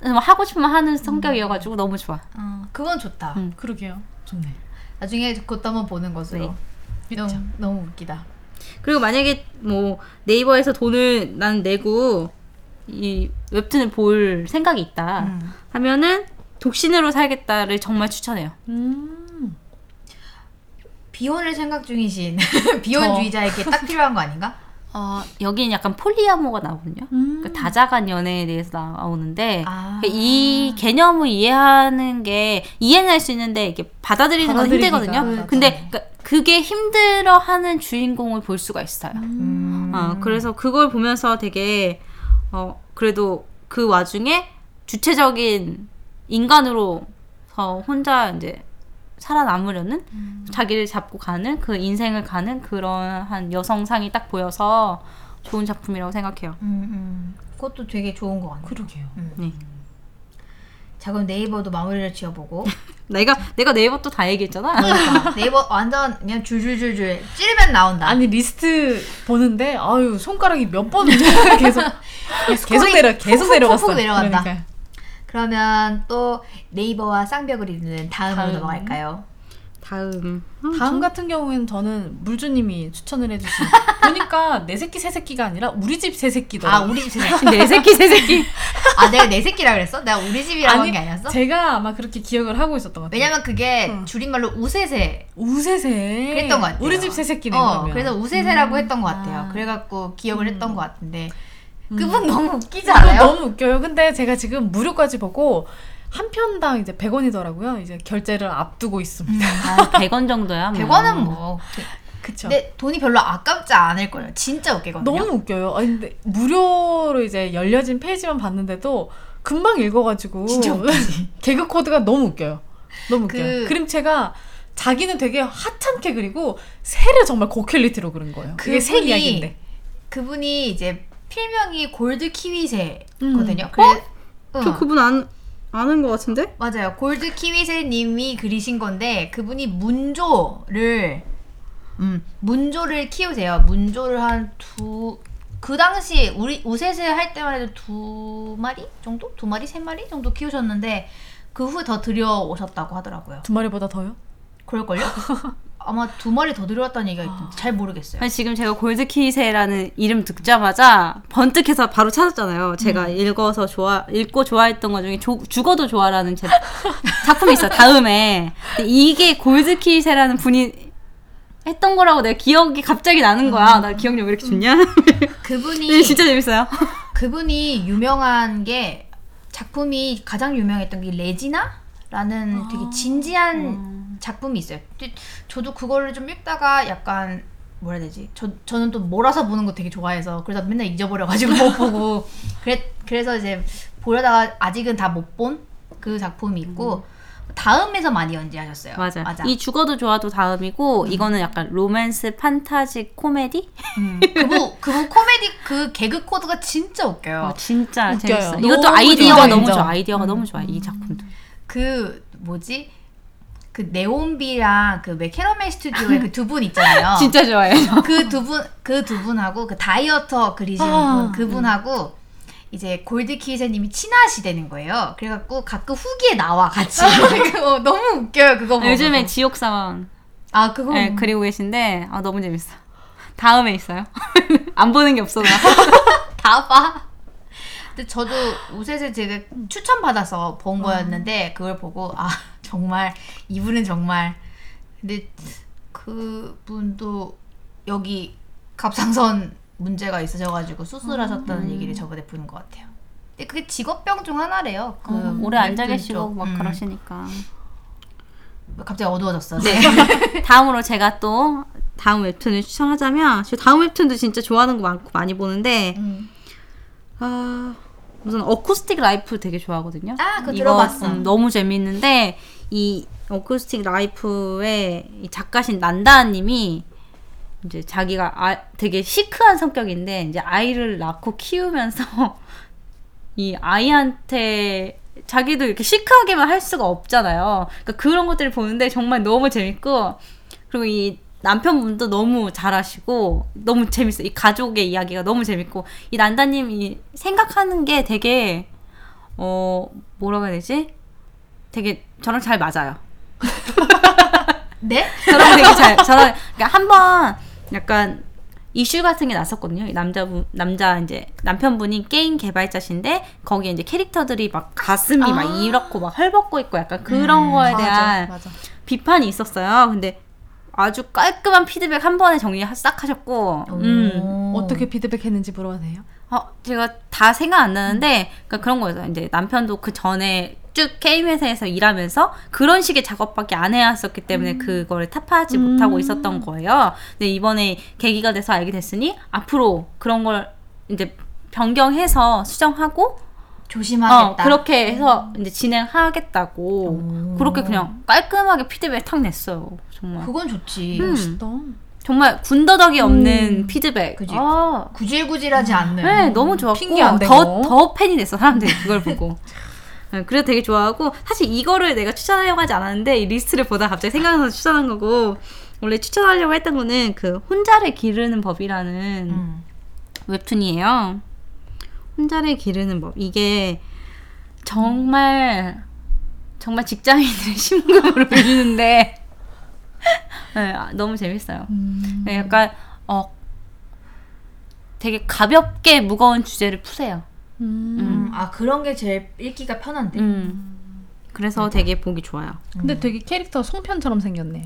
[SPEAKER 3] 정말 하고 싶은 말 하는 성격이어가지고 너무 좋아.
[SPEAKER 1] 어, 그건 좋다.
[SPEAKER 3] 음.
[SPEAKER 2] 그러게요 좋네
[SPEAKER 1] 나중에 그것도 한번 보는 것으로. 너무, 너무 웃기다.
[SPEAKER 3] 그리고 만약에 뭐 네이버에서 돈을 난 내고 이 웹툰을 볼 생각이 있다
[SPEAKER 1] 음.
[SPEAKER 3] 하면은 독신으로 살겠다를 정말 추천해요.
[SPEAKER 2] 음
[SPEAKER 1] 비혼을 생각 중이신 비혼주의자에게 딱 필요한 거 아닌가?
[SPEAKER 3] 어, 여기는 약간 폴리아모가 나오거든요.
[SPEAKER 2] 음.
[SPEAKER 3] 그 다자간 연애에 대해서 나오는데
[SPEAKER 1] 아.
[SPEAKER 3] 네. 그러니까 그 이 개념을 이해하는 게 이해는 할 수 있는데 이게 받아들이는 건
[SPEAKER 2] 받아들이기가
[SPEAKER 3] 힘들거든요.
[SPEAKER 2] 그렇죠.
[SPEAKER 3] 근데 그러니까 그게 힘들어하는 주인공을 볼 수가 있어요.
[SPEAKER 1] 음.
[SPEAKER 3] 어, 그래서 그걸 보면서 되게 어, 그래도 그 와중에 주체적인 인간으로서 어, 혼자 이제 살아남으려는 자기를 잡고 가는 그 인생을 가는 그런 한 여성상이 딱 보여서 좋은 작품이라고 생각해요.
[SPEAKER 1] 음, 음. 그것도 되게 좋은 것 같네.
[SPEAKER 2] 그러게요
[SPEAKER 3] 네.
[SPEAKER 1] 자 그럼 네이버도 마무리를 지어보고
[SPEAKER 3] 내가 내가 네이버 또 다 얘기했잖아.
[SPEAKER 1] 그러니까 네이버 완전 그냥 줄줄줄줄 찌르면 나온다.
[SPEAKER 2] 아니 리스트 보는데 아유 손가락이 몇 번 계속 계속
[SPEAKER 1] 스크롤이
[SPEAKER 2] 내려 계속
[SPEAKER 1] 푹푹푹푹
[SPEAKER 2] 내려갔어
[SPEAKER 1] 내려간다.
[SPEAKER 2] 그러니까요.
[SPEAKER 1] 그러면 또 네이버와 쌍벽을 이루는 다음으로
[SPEAKER 3] 다음.
[SPEAKER 1] 넘어갈까요?
[SPEAKER 3] 다음.
[SPEAKER 2] 다음 같은 경우에는 저는 물주님이 추천을 해주신 보니까 내 새끼 새 새끼가 아니라 우리 집 새 새끼더라고요.
[SPEAKER 1] 아 우리 집 새끼.
[SPEAKER 3] 내 네, 새끼 새 새끼.
[SPEAKER 1] 아 내가 내 새끼라 그랬어? 내가 우리 집이라고 한 게 아니었어?
[SPEAKER 2] 제가 어. 아마 그렇게 기억을 하고 있었던 것 같아요.
[SPEAKER 1] 왜냐면 그게
[SPEAKER 2] 응.
[SPEAKER 1] 줄임말로 우세세
[SPEAKER 2] 우세세.
[SPEAKER 1] 그랬던 것 같아요.
[SPEAKER 2] 우리 집 새 새끼네
[SPEAKER 1] 어,
[SPEAKER 2] 그러면.
[SPEAKER 1] 그래서 우세세라고 했던 것 같아요.
[SPEAKER 2] 아.
[SPEAKER 1] 그래갖고 기억을 했던 것 같은데
[SPEAKER 2] 음.
[SPEAKER 1] 그분 너무 웃기지
[SPEAKER 2] 그거
[SPEAKER 1] 않아요?
[SPEAKER 2] 너무 웃겨요. 근데 제가 지금 무료까지 보고 한 편당 이제 100원이더라고요. 이제 결제를 앞두고 있습니다.
[SPEAKER 3] 아, 100원 정도야. 뭐.
[SPEAKER 1] 100원은 음, 아, 뭐
[SPEAKER 2] 그쵸.
[SPEAKER 1] 근데 돈이 별로 아깝지 않을 거예요. 진짜 웃기거든요.
[SPEAKER 2] 네. 너무 웃겨요. 아니 근데 무료로 이제 열려진 페이지만 봤는데도 금방 읽어가지고
[SPEAKER 1] 진짜 웃기지.
[SPEAKER 2] 개그 코드가 너무 웃겨요. 너무
[SPEAKER 1] 그-
[SPEAKER 2] 웃겨요. 그림체가 자기는 되게 하찮게 그리고 새를 정말 고퀄리티로 그린 거예요. 그게 새
[SPEAKER 1] 그분이
[SPEAKER 2] 이야기인데.
[SPEAKER 1] 그분이 이제 필명이 골드
[SPEAKER 2] 음.
[SPEAKER 1] 키위새거든요. 그래, 응.
[SPEAKER 4] 저 그분 안, 아는 것 같은데?
[SPEAKER 1] 맞아요. 골드 키위새님이 그리신 건데 그분이 문조를 음 문조를 키우세요. 문조를 한 두 그 당시 우리 우세세 할 때만 해도 두 마리 정도, 두 마리, 세 마리 정도 키우셨는데 그 후 더 들여오셨다고 하더라고요.
[SPEAKER 2] 두 마리보다 더요?
[SPEAKER 1] 그럴걸요? 아마 두 마리 더 들여왔다는 얘기가 있던데 잘 모르겠어요.
[SPEAKER 3] 아니, 지금 제가 골드키세라는 이름 듣자마자 번뜩해서 바로 찾았잖아요. 제가 읽어서 좋아 읽고 좋아했던 것 중에 조- 죽어도 좋아라는 제 작품이 있어요. 다음에 근데 이게 골드키세라는 분이 했던 거라고 내 기억이 갑자기 나는 거야. 나 기억력 왜 이렇게 좋냐?
[SPEAKER 1] 그분이
[SPEAKER 3] 네, 진짜 재밌어요.
[SPEAKER 1] 그분이 유명한 게 작품이 가장 유명했던 게 레지나라는 되게 진지한 작품이 있어요. 근데 저도 그거를 좀 읽다가 약간 뭐라 해야 되지? 저 저는 또 몰아서 보는 거 되게 좋아해서 그래서 맨날 잊어버려가지고 못 보고 그래 그래서 이제 보려다가 아직은 다 못 본 그 작품이 있고 다음에서 많이 연재하셨어요.
[SPEAKER 3] 맞아.
[SPEAKER 1] 맞아.
[SPEAKER 3] 이 죽어도 좋아도 다음이고 이거는 약간 로맨스 판타지 코미디?
[SPEAKER 1] 음. 그분 그분 코미디 그 개그 코드가 진짜 웃겨요.
[SPEAKER 3] 아, 진짜
[SPEAKER 2] 웃겨요.
[SPEAKER 3] 재밌어.
[SPEAKER 2] 너무
[SPEAKER 3] 이것도 아이디어가
[SPEAKER 2] 인정,
[SPEAKER 3] 너무 음.
[SPEAKER 2] 인정.
[SPEAKER 3] 좋아. 아이디어가 너무 좋아. 이 작품도.
[SPEAKER 1] 그 뭐지? 그 네온비랑 그 맥캐러멜 스튜디오의 그 두 분 있잖아요.
[SPEAKER 3] 진짜 좋아해.
[SPEAKER 1] 그 두 분, 그 두 분하고 그 다이어터 그리시는
[SPEAKER 2] 아,
[SPEAKER 1] 분,
[SPEAKER 3] 음.
[SPEAKER 1] 그분하고 이제 골드키세님이 친하시되는 거예요. 그래갖고 가끔 후기에 나와 같이. 그거 너무 웃겨요 그거 보고.
[SPEAKER 3] 요즘에 지옥 사원
[SPEAKER 1] 아 그거
[SPEAKER 3] 예, 그리고 계신데 아 너무 재밌어. 다음에 있어요. 안 보는 게 없어 나.
[SPEAKER 1] 다 봐. 근데 저도 우세세 제가 추천 받아서
[SPEAKER 3] 음.
[SPEAKER 1] 본 거였는데 그걸 보고 아 정말 이분은 정말 근데 그분도 여기 갑상선 문제가 있으셔가지고 수술하셨다는
[SPEAKER 3] 음.
[SPEAKER 1] 얘기를 저번에 본 것 같아요. 근데 그게 직업병 중 하나래요. 그
[SPEAKER 3] 어, 음, 오래 앉아
[SPEAKER 1] 웹툰
[SPEAKER 3] 계시고
[SPEAKER 1] 쪽.
[SPEAKER 3] 막
[SPEAKER 1] 음.
[SPEAKER 3] 그러시니까.
[SPEAKER 1] 갑자기 어두워졌어.
[SPEAKER 3] 네. 다음으로 제가 또 다음 웹툰을 추천하자면 저 다음 웹툰도 진짜 좋아하는 거 많고 많이 보는데
[SPEAKER 1] 음.
[SPEAKER 3] 아 무슨 어쿠스틱 라이프 되게 좋아하거든요.
[SPEAKER 1] 아, 그거
[SPEAKER 3] 이거,
[SPEAKER 1] 들어봤어.
[SPEAKER 3] 음, 너무 재밌는데 이 어쿠스틱 라이프의 이 작가신 난다님이 이제 자기가 아, 되게 시크한 성격인데 이제 아이를 낳고 키우면서 이 아이한테 자기도 이렇게 시크하게만 할 수가 없잖아요. 그러니까 그런 것들을 보는데 정말 너무 재밌고 그리고 이 남편분도 너무 잘하시고 너무 재밌어요. 이 가족의 이야기가 너무 재밌고 이 난다님이 생각하는 게 되게 어 뭐라고 해야 되지? 되게 저랑 잘 맞아요.
[SPEAKER 1] 네?
[SPEAKER 3] 저랑 되게 잘 저랑 그러니까 한번 약간 이슈 같은 게 났었거든요. 이 남자분 남자 이제 남편분이 게임 개발자신데 거기에 이제 캐릭터들이 막 가슴이 막 이렇고 막 헐벗고 있고 약간 그런
[SPEAKER 1] 음,
[SPEAKER 3] 거에
[SPEAKER 2] 맞아,
[SPEAKER 3] 대한
[SPEAKER 2] 맞아.
[SPEAKER 3] 비판이 있었어요. 근데 아주 깔끔한 피드백 한 번에 정리 싹 하셨고, 음.
[SPEAKER 1] 오.
[SPEAKER 2] 어떻게 피드백했는지 물어봐도 돼요?
[SPEAKER 3] 어, 제가 다 생각 안
[SPEAKER 1] 음.
[SPEAKER 3] 나는데, 그러니까 그런 거예요. 이제 남편도 그 전에 쭉 게임 회사에서 일하면서 그런 식의 작업밖에 안 해왔었기
[SPEAKER 1] 음.
[SPEAKER 3] 때문에 그거를 타파하지
[SPEAKER 2] 음.
[SPEAKER 3] 못하고 있었던 거예요. 근데 이번에 계기가 돼서 알게 됐으니 앞으로 그런 걸 이제 변경해서 수정하고 어,
[SPEAKER 1] 조심하겠다. 음.
[SPEAKER 3] 그렇게 해서 이제 진행하겠다고 그렇게 그냥 깔끔하게 피드백 탁 냈어요. 정말.
[SPEAKER 1] 그건 좋지.
[SPEAKER 3] 음.
[SPEAKER 2] 멋있다.
[SPEAKER 3] 정말 군더더기 없는 피드백.
[SPEAKER 1] 음. 그지.
[SPEAKER 3] 아,
[SPEAKER 1] 구질구질하지 않는.
[SPEAKER 3] 네, 너무 좋았고
[SPEAKER 2] 핑계 안 대고.
[SPEAKER 3] 더, 더 팬이 됐어 사람들이 그걸 보고. 네, 그래서 되게 좋아하고 사실 이거를 내가 추천하려고 하지 않았는데 이 리스트를 보다 갑자기 생각나서 추천한 거고 원래 추천하려고 했던 거는 그 혼자를 기르는 법이라는
[SPEAKER 1] 음.
[SPEAKER 3] 웹툰이에요. 혼자를 기르는 법. 이게 정말 정말 직장인들의 심금으로 울리는데 네, 아, 너무 재밌어요.
[SPEAKER 2] 음.
[SPEAKER 3] 네, 약간 어 되게 가볍게 무거운 주제를 푸세요.
[SPEAKER 2] 음.
[SPEAKER 1] 음, 아 그런 게 제일 읽기가 편한데.
[SPEAKER 2] 네.
[SPEAKER 3] 음. 그래서 되게 보기 좋아요.
[SPEAKER 2] 근데 되게 캐릭터 송편처럼 생겼네요.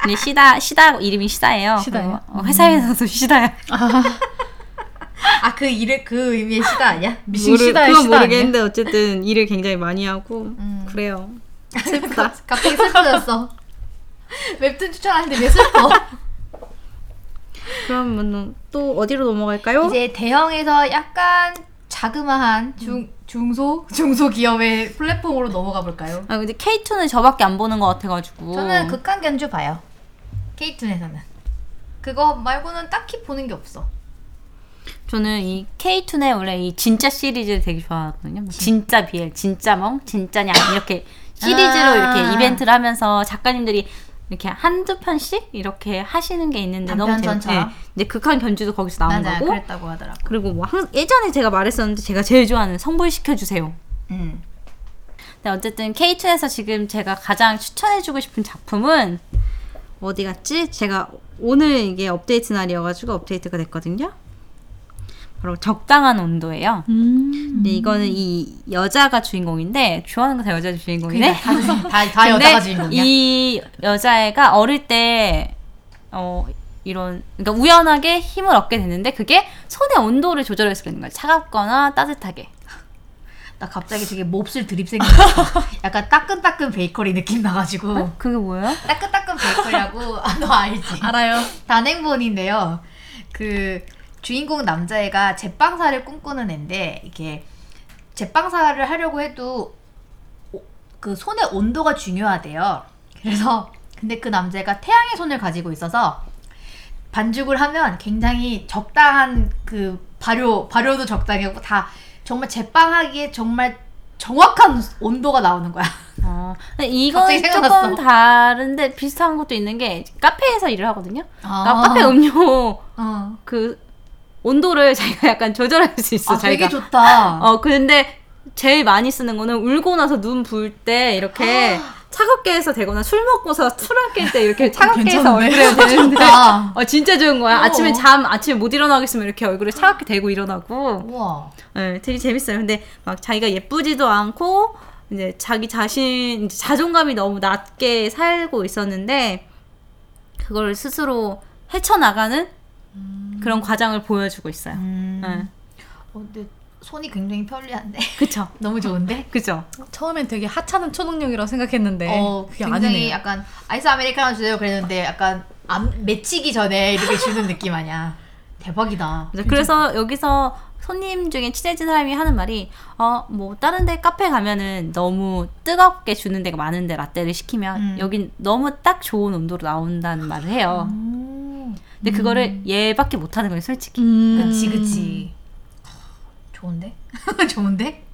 [SPEAKER 3] 근데 시다 시다 이름이 시다예요.
[SPEAKER 2] 시다예요? 음.
[SPEAKER 3] 어, 회사에서도 시다야.
[SPEAKER 1] 아 그 일을 그 의미의 시가 아니야?
[SPEAKER 2] 미싱 시다의
[SPEAKER 4] 그건
[SPEAKER 2] 시다
[SPEAKER 4] 모르겠는데 어쨌든 일을 굉장히 많이 하고
[SPEAKER 1] 음.
[SPEAKER 4] 그래요.
[SPEAKER 1] 갑자기 슬퍼졌어. 웹툰 추천하는데 왜 슬퍼?
[SPEAKER 4] 그러면 또 어디로 넘어갈까요?
[SPEAKER 1] 이제 대형에서 약간 자그마한 음. 중 중소 중소 기업의 플랫폼으로 넘어가 볼까요?
[SPEAKER 3] 아 근데 K2는 저밖에 안 보는 것 같아가지고.
[SPEAKER 1] 저는 극한 견주 봐요. K2에서는 그거 말고는 딱히 보는 게 없어.
[SPEAKER 3] 저는 이 K2는 원래 이 진짜 시리즈 되게 좋아하거든요. 뭐 진짜 비엘, 진짜 멍, 진짜냐 이렇게 시리즈로
[SPEAKER 1] 아.
[SPEAKER 3] 이렇게 이벤트를 하면서 작가님들이 이렇게 한두 편씩 이렇게 하시는 게 있는데 너무 재밌어요.
[SPEAKER 1] 단편전처럼?
[SPEAKER 3] 네. 이제 극한 견주도 거기서 나온
[SPEAKER 1] 맞아,
[SPEAKER 3] 거고.
[SPEAKER 1] 그랬다고 하더라고.
[SPEAKER 3] 그리고뭐 항- 예전에 제가 말했었는데 제가 제일 좋아하는 성불시켜 주세요.
[SPEAKER 1] 음.
[SPEAKER 3] 근데 네, 어쨌든 K2에서 지금 제가 가장 추천해주고 싶은 작품은
[SPEAKER 4] 어디 갔지? 제가 오늘 이게 업데이트 날이어가지고 업데이트가 됐거든요.
[SPEAKER 3] 바로 적당한 온도예요.
[SPEAKER 2] 음.
[SPEAKER 3] 근데 이거는 이 여자가 주인공인데 좋아하는 거 다 여자 주인공이네.
[SPEAKER 1] 다, 다 여자가 주인공이야.
[SPEAKER 3] 이 여자애가 어릴 때 어, 이런 그러니까 우연하게 힘을 얻게 됐는데 그게 손의 온도를 조절할 수가 있는 거예요. 차갑거나 따뜻하게.
[SPEAKER 1] 나 갑자기 되게 몹쓸 드립 생겼어. 약간 따끈따끈 베이커리 느낌 나가지고.
[SPEAKER 3] 그게 뭐예요?
[SPEAKER 1] 따끈따끈 베이커리라고 아, 너 알지?
[SPEAKER 2] 알아요.
[SPEAKER 1] 단행본인데요. 그 주인공 남자애가 제빵사를 꿈꾸는 애인데 이게 제빵사를 하려고 해도 오- 그 손의 온도가 중요하대요. 그래서 근데 그 남자애가 태양의 손을 가지고 있어서 반죽을 하면 굉장히 적당한 그 발효 발효도 적당하고 다 정말 제빵하기에 정말 정확한 온도가 나오는 거야.
[SPEAKER 3] 어, 근데 이건
[SPEAKER 1] 생각났어.
[SPEAKER 3] 조금 다른데 비슷한 것도 있는 게 카페에서 일을 하거든요. 그러니까
[SPEAKER 1] 아,
[SPEAKER 3] 카페 음료
[SPEAKER 1] 어.
[SPEAKER 3] 그 온도를 자기가 약간 조절할 수 있어.
[SPEAKER 1] 아 되게
[SPEAKER 3] 자기가.
[SPEAKER 1] 좋다.
[SPEAKER 3] 어 근데 제일 많이 쓰는 거는 울고 나서 눈 부을 때 이렇게
[SPEAKER 1] 아.
[SPEAKER 3] 차갑게 해서 되거나 술 먹고서 트렁깰 때 이렇게 차갑게 해서
[SPEAKER 1] 괜찮은데?
[SPEAKER 3] 얼굴에 되는데
[SPEAKER 1] 좋다.
[SPEAKER 3] 어 진짜 좋은 거야.
[SPEAKER 1] 어.
[SPEAKER 3] 아침에 잠 아침에 못 일어나겠으면 이렇게 얼굴에 차갑게 대고 일어나고
[SPEAKER 1] 우와.
[SPEAKER 3] 네, 되게 재밌어요. 근데 막 자기가 예쁘지도 않고 이제 자기 자신 이제 자존감이 너무 낮게 살고 있었는데 그걸 스스로 헤쳐나가는 그런 과정을 보여주고 있어요.
[SPEAKER 1] 음.
[SPEAKER 3] 네.
[SPEAKER 1] 어, 근데 손이 굉장히 편리한데
[SPEAKER 3] 그쵸
[SPEAKER 1] 너무 좋은데?
[SPEAKER 3] 그쵸
[SPEAKER 2] 처음엔 되게 하찮은 초능력이라고 생각했는데
[SPEAKER 1] 어
[SPEAKER 2] 네. 그게
[SPEAKER 1] 굉장히
[SPEAKER 2] 아니네요.
[SPEAKER 1] 약간 아이스 아메리카노 주세요 그랬는데 약간 안 맺히기 전에 이렇게 주는 느낌 아니야? 대박이다.
[SPEAKER 3] 맞아. 그래서 여기서 손님 중에 친해진 사람이 하는 말이 어 뭐 다른 데 카페 가면은 너무 뜨겁게 주는 데가 많은데 라떼를 시키면
[SPEAKER 1] 음.
[SPEAKER 3] 여긴 너무 딱 좋은 온도로 나온다는 말을 해요. 근데 그거를 얘밖에 못 하는 거예요, 솔직히.
[SPEAKER 2] 음.
[SPEAKER 1] 그치 그치. 좋은데? 좋은데?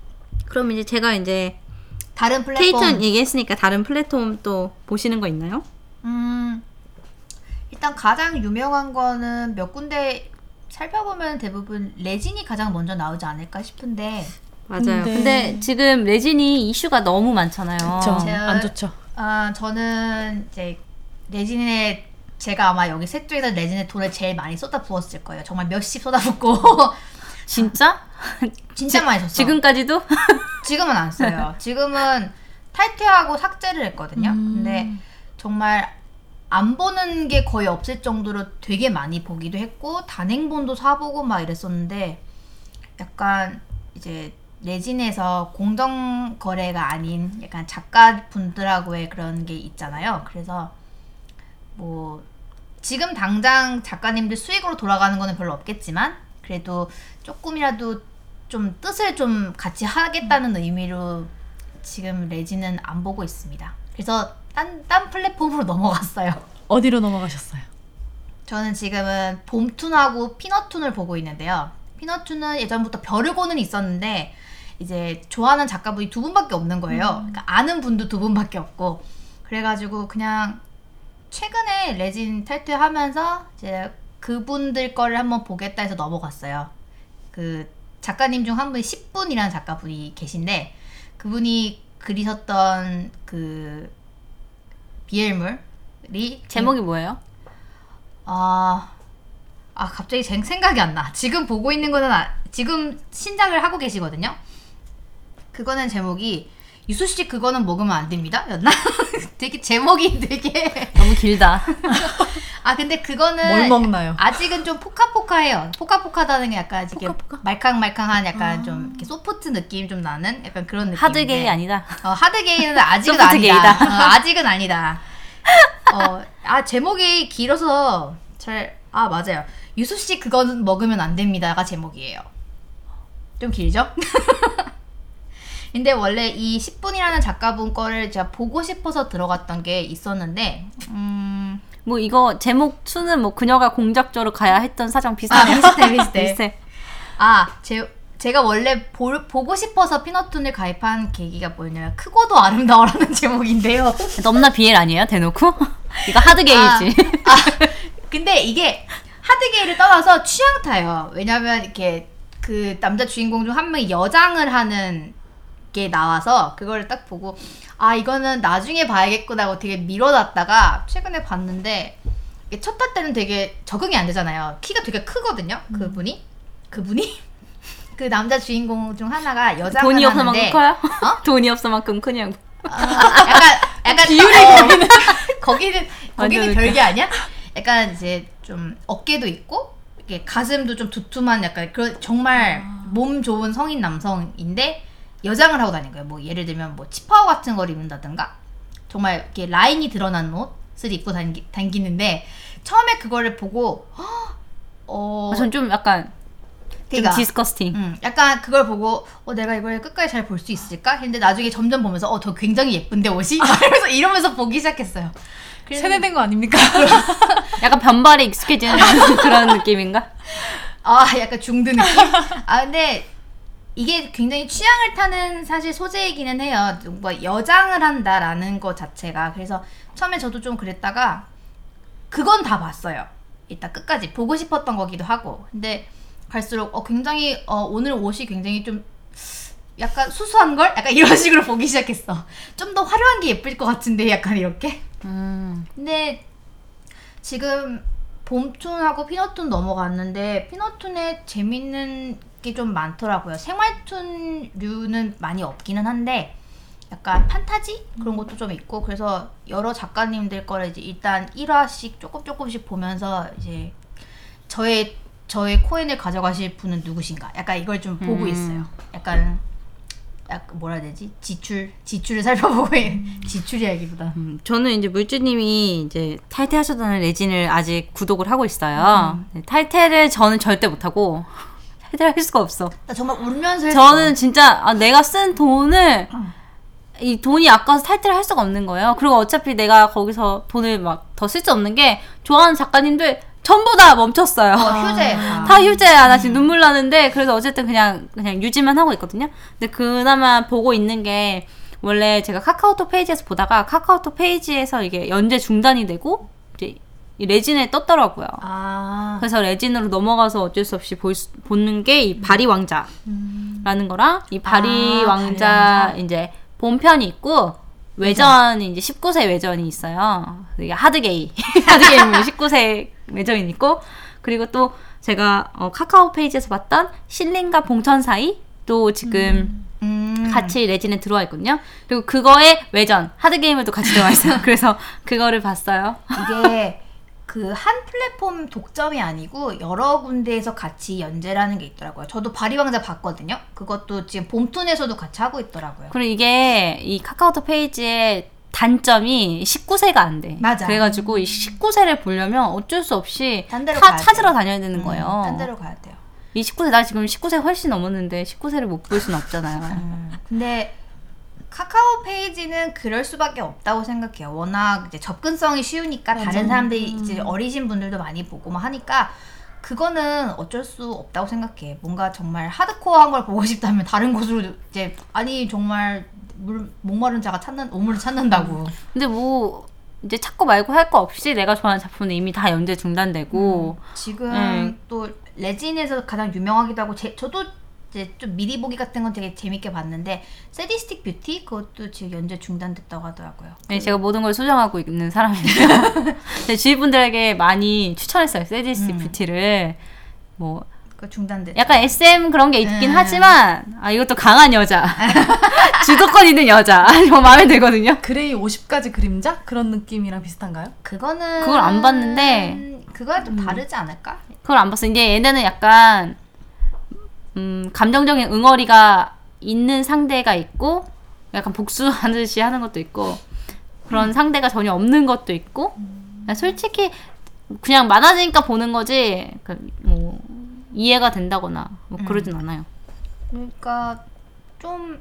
[SPEAKER 4] 그럼 이제 제가 이제
[SPEAKER 1] 다른 플랫폼.
[SPEAKER 3] 예.
[SPEAKER 4] 케이튼 얘기했으니까 다른 플랫폼 또 보시는 거 있나요?
[SPEAKER 1] 음 일단 가장 유명한 거는 몇 군데 살펴보면 대부분 레진이 가장 먼저 나오지 않을까 싶은데
[SPEAKER 4] 맞아요.
[SPEAKER 2] 네.
[SPEAKER 3] 근데 지금 레진이 이슈가 너무 많잖아요.
[SPEAKER 2] 그쵸.
[SPEAKER 1] 제가-
[SPEAKER 2] 안 좋죠.
[SPEAKER 1] 아, 저는 이제 레진의 제가 아마 여기 셋 중에서 레진의 돈을 제일 많이 쏟아 부었을 거예요. 정말 몇십 쏟아 붓고
[SPEAKER 3] 진짜?
[SPEAKER 1] 진짜 많이 썼어. 지금
[SPEAKER 3] 지금까지도?
[SPEAKER 1] 지금은 안 써요. 지금은 탈퇴하고 삭제를 했거든요.
[SPEAKER 2] 네.
[SPEAKER 1] 근데 정말 안 보는 게 거의 없을 정도로 되게 많이 보기도 했고 단행본도 사보고 막 이랬었는데 약간 이제 레진에서 공정 거래가 아닌 약간 작가분들하고의 그런 게 있잖아요. 그래서 뭐 지금 당장 작가님들 수익으로 돌아가는 거는 별로 없겠지만 그래도 조금이라도 좀 뜻을 좀 같이 하겠다는 의미로 지금 레진은 안 보고 있습니다. 그래서 딴, 딴 플랫폼으로 넘어갔어요.
[SPEAKER 2] 어디로 넘어가셨어요?
[SPEAKER 1] 저는 지금은 봄툰하고 피너툰을 보고 있는데요. 피너툰은 예전부터 벼르고는 있었는데 이제 좋아하는 작가분이 두 분밖에 없는 거예요.
[SPEAKER 3] 음.
[SPEAKER 1] 그러니까 아는 분도 두 분밖에 없고 그래가지고 그냥 최근에 레진 탈퇴하면서 이제 그분들 거를 한번 보겠다 해서 넘어갔어요. 그 작가님 중 한 분이 10분이라는 작가분이 계신데 그분이 그리셨던 그 비엘물이
[SPEAKER 3] 제목이 뭐예요?
[SPEAKER 1] 아, 아 갑자기 쟁- 생각이 안 나. 지금 보고 있는 거는 아- 지금 신작을 하고 계시거든요. 그거는 제목이 유수 씨 그거는 먹으면 안 됩니다. 였나? 되게 제목이 되게
[SPEAKER 3] 너무 길다.
[SPEAKER 1] 아 근데 그거는
[SPEAKER 2] 뭘 먹나요?
[SPEAKER 1] 아직은 좀 포카포카해요. 포카포카다는 게 약간 이게
[SPEAKER 2] 포카포카?
[SPEAKER 1] 말캉말캉한 약간 좀 이렇게 소프트 느낌 좀 나는 약간 그런 느낌.
[SPEAKER 3] 하드게이 아니다.
[SPEAKER 1] 어, 하드게이는 아직은
[SPEAKER 3] 소프트
[SPEAKER 1] 아니다.
[SPEAKER 3] 게이다.
[SPEAKER 1] 어, 아직은 아니다. 어, 아 제목이 길어서 잘 아 맞아요. 유수 씨 그건 먹으면 안 됩니다가 제목이에요. 좀 길죠? 근데 원래 이 10분이라는 작가분 거를 제가 보고 싶어서 들어갔던 게 있었는데 음,
[SPEAKER 3] 뭐 이거 제목 수는 뭐 그녀가 공작조로 가야 했던 사정
[SPEAKER 1] 아
[SPEAKER 3] 비슷하네요.
[SPEAKER 1] 비슷해 비슷해.
[SPEAKER 3] 비슷해.
[SPEAKER 1] 아, 제, 제가 원래 볼- 보고 싶어서 피너툰을 가입한 계기가 뭐였냐면 크고도 아름다워라는 제목인데요.
[SPEAKER 3] 넘나 비엘 아니에요? 대놓고? 이거 하드게이지.
[SPEAKER 1] 아, 근데 이게 하드게이를 떠나서 취향 타요. 왜냐면 이렇게 그 남자 주인공 중 한 명이 여장을 하는 게 나와서 그걸 딱 보고 아 이거는 나중에 봐야겠구나 하고 되게 미뤄놨다가 최근에 봤는데 이게 첫달 때는 되게 적응이 안 되잖아요. 키가 되게 크거든요. 그분이
[SPEAKER 3] 음.
[SPEAKER 1] 그분이 그 남자 주인공 중 하나가 여장을
[SPEAKER 3] 돈이
[SPEAKER 1] 하는데
[SPEAKER 3] 없어만큼 커요? 돈이 없어만큼 크냐고.
[SPEAKER 1] 약간 약간 비율이 거기는 그러니까. 거기는 거기는
[SPEAKER 3] 완전
[SPEAKER 1] 별게 아니야? 약간 이제 좀 어깨도 있고 이렇게 가슴도 좀 두툼한 약간 그런 정말 몸 좋은 성인 남성인데 여장을 하고 다니는 거예요. 뭐 예를 들면 뭐 치파오 같은 걸 입는다든가 정말 이렇게 라인이 드러난 옷을 입고 다니, 다니는데 처음에 그거를 보고 헉, 어
[SPEAKER 3] 아, 전좀 약간 좀
[SPEAKER 1] 그러니까
[SPEAKER 3] 디스커스팅.
[SPEAKER 1] 음, 약간 그걸 보고 어, 내가 이걸 끝까지 잘 볼 수 있을까? 했는데 나중에 점점 보면서 어, 저 굉장히 예쁜데 옷이? 이러면서, 이러면서 보기 시작했어요. 그래서-
[SPEAKER 2] 세뇌된 거 아닙니까?
[SPEAKER 3] 약간 변발에 익숙해지는 그런 느낌인가?
[SPEAKER 1] 아, 약간 중드 느낌? 아, 근데 이게 굉장히 취향을 타는 사실 소재이기는 해요. 뭐 여장을 한다라는 것 자체가. 그래서 처음에 저도 좀 그랬다가 그건 다 봤어요. 일단 끝까지 보고 싶었던 거기도 하고. 근데 갈수록 어, 굉장히 어, 오늘 옷이 굉장히 좀 약간 수수한 걸? 약간 이런 식으로 보기 시작했어. 좀 더 화려한 게 예쁠 것 같은데 약간 이렇게.
[SPEAKER 3] 음.
[SPEAKER 1] 근데 지금 봄툰하고 피너툰 넘어갔는데 피너툰에 재밌는 게 좀 많더라고요. 생활툰류는 많이 없기는 한데 약간 판타지 그런 것도 좀 있고 그래서 여러 작가님들 거를 이제 일단 1화씩 조금 조금씩 보면서 이제 저의 저의 코인을 가져가실 분은 누구신가? 약간 이걸 좀 보고
[SPEAKER 3] 음.
[SPEAKER 1] 있어요. 약간 약간 뭐라 해야 되지? 지출 지출을 살펴보고 있- 지출이야기보다
[SPEAKER 4] 음,
[SPEAKER 3] 저는 이제 물주님이 이제 탈퇴하셨다는 레진을 아직 구독을 하고 있어요. 네, 탈퇴를 저는 절대 못하고 탈퇴를 할 수가 없어.
[SPEAKER 1] 나 정말 울면서 했어.
[SPEAKER 3] 저는 진짜 아, 내가 쓴 돈을 이 돈이 아까워서 탈퇴를 할 수가 없는 거예요. 그리고 어차피 내가 거기서 돈을 막 더 쓸 수 없는 게 좋아하는 작가님들 전부 다 멈췄어요.
[SPEAKER 1] 어, 휴재.
[SPEAKER 3] 다 휴재야. 나 지금 눈물 나는데 그래서 어쨌든 그냥 그냥 유지만 하고 있거든요. 근데 그나마 보고 있는 게 원래 제가 카카오톡 페이지에서 보다가 카카오톡 페이지에서 이게 연재 중단이 되고 이제 이 레진에 떴더라고요.
[SPEAKER 1] 아.
[SPEAKER 3] 그래서 레진으로 넘어가서 어쩔 수 없이 볼 수- 보는 게 이 바리 왕자라는 거랑 이 바리
[SPEAKER 1] 아, 바리
[SPEAKER 3] 왕자 이제 본편이 있고 외전이 이제 19세 외전이 있어요. 이게 하드게이 하드게이면 19세 외전이 있고 그리고 또 제가 어, 카카오 페이지에서 봤던 신림과 봉천 사이 또 지금
[SPEAKER 1] 음.
[SPEAKER 3] 같이 레진에 들어와 있거든요. 그리고 그거의 외전 하드게임에도 같이 들어와 있어요. 그래서 그거를 봤어요.
[SPEAKER 1] 이게 그 한 플랫폼 독점이 아니고 여러 군데에서 같이 연재라는 게 있더라고요. 저도 바리왕자 봤거든요. 그것도 지금 봄툰에서도 같이 하고 있더라고요.
[SPEAKER 3] 그리고 이게 이 카카오톡 페이지의 단점이 19세가 안 돼.
[SPEAKER 1] 맞아.
[SPEAKER 3] 그래가지고 이 19세를 보려면 어쩔 수 없이
[SPEAKER 1] 딴 데로
[SPEAKER 3] 다
[SPEAKER 1] 가야
[SPEAKER 3] 찾으러
[SPEAKER 1] 돼요.
[SPEAKER 3] 다녀야 되는 거예요.
[SPEAKER 1] 음, 딴 데로 가야 돼요.
[SPEAKER 3] 이 19세 나 지금 19세 훨씬 넘었는데 19세를 못 볼 순 없잖아요.
[SPEAKER 1] 음, 근데 카카오 페이지는 그럴 수밖에 없다고 생각해요. 워낙 이제 접근성이 쉬우니까 다른 사람들이 이제 어리신 분들도 많이 보고 막 하니까 그거는 어쩔 수 없다고 생각해. 뭔가 정말 하드코어한 걸 보고 싶다면 다른 곳으로 이제 아니 정말 물, 목마른 자가 찾는 오물을 찾는다고.
[SPEAKER 3] 근데 뭐 이제 찾고 말고 할 거 없이 내가 좋아하는 작품은 이미 다 연재 중단되고
[SPEAKER 1] 지금
[SPEAKER 3] 음.
[SPEAKER 1] 또 레진에서 가장 유명하기도 하고 제, 저도 이제 좀 미리 보기 같은 건 되게 재밌게 봤는데 세디스틱 뷰티 그것도 지금 연재 중단됐다고 하더라고요.
[SPEAKER 3] 네, 제가 모든 걸 소장하고 있는 사람이에요. 근데 주위분들에게 많이 추천했어요. 세디스
[SPEAKER 1] 음.
[SPEAKER 3] 뷰티를 뭐
[SPEAKER 1] 그 중단됐.
[SPEAKER 3] 약간 SM 그런 게 있긴
[SPEAKER 1] 음.
[SPEAKER 3] 하지만 아 이것도 강한 여자 주도권 있는 여자 저 마음에 들거든요.
[SPEAKER 2] 그레이 50가지 그림자 그런 느낌이랑 비슷한가요?
[SPEAKER 1] 그거는
[SPEAKER 3] 그걸 안 봤는데. 음.
[SPEAKER 1] 그거랑 좀 다르지 않을까?
[SPEAKER 3] 그걸 안 봤어. 이제 얘네는 약간 음 감정적인 응어리가 있는 상대가 있고 약간 복수하듯이 하는 것도 있고 그런 상대가 전혀 없는 것도 있고 그냥 솔직히 그냥 많아지니까 보는 거지 그 뭐 이해가 된다거나 뭐 그러진 않아요.
[SPEAKER 1] 그러니까 좀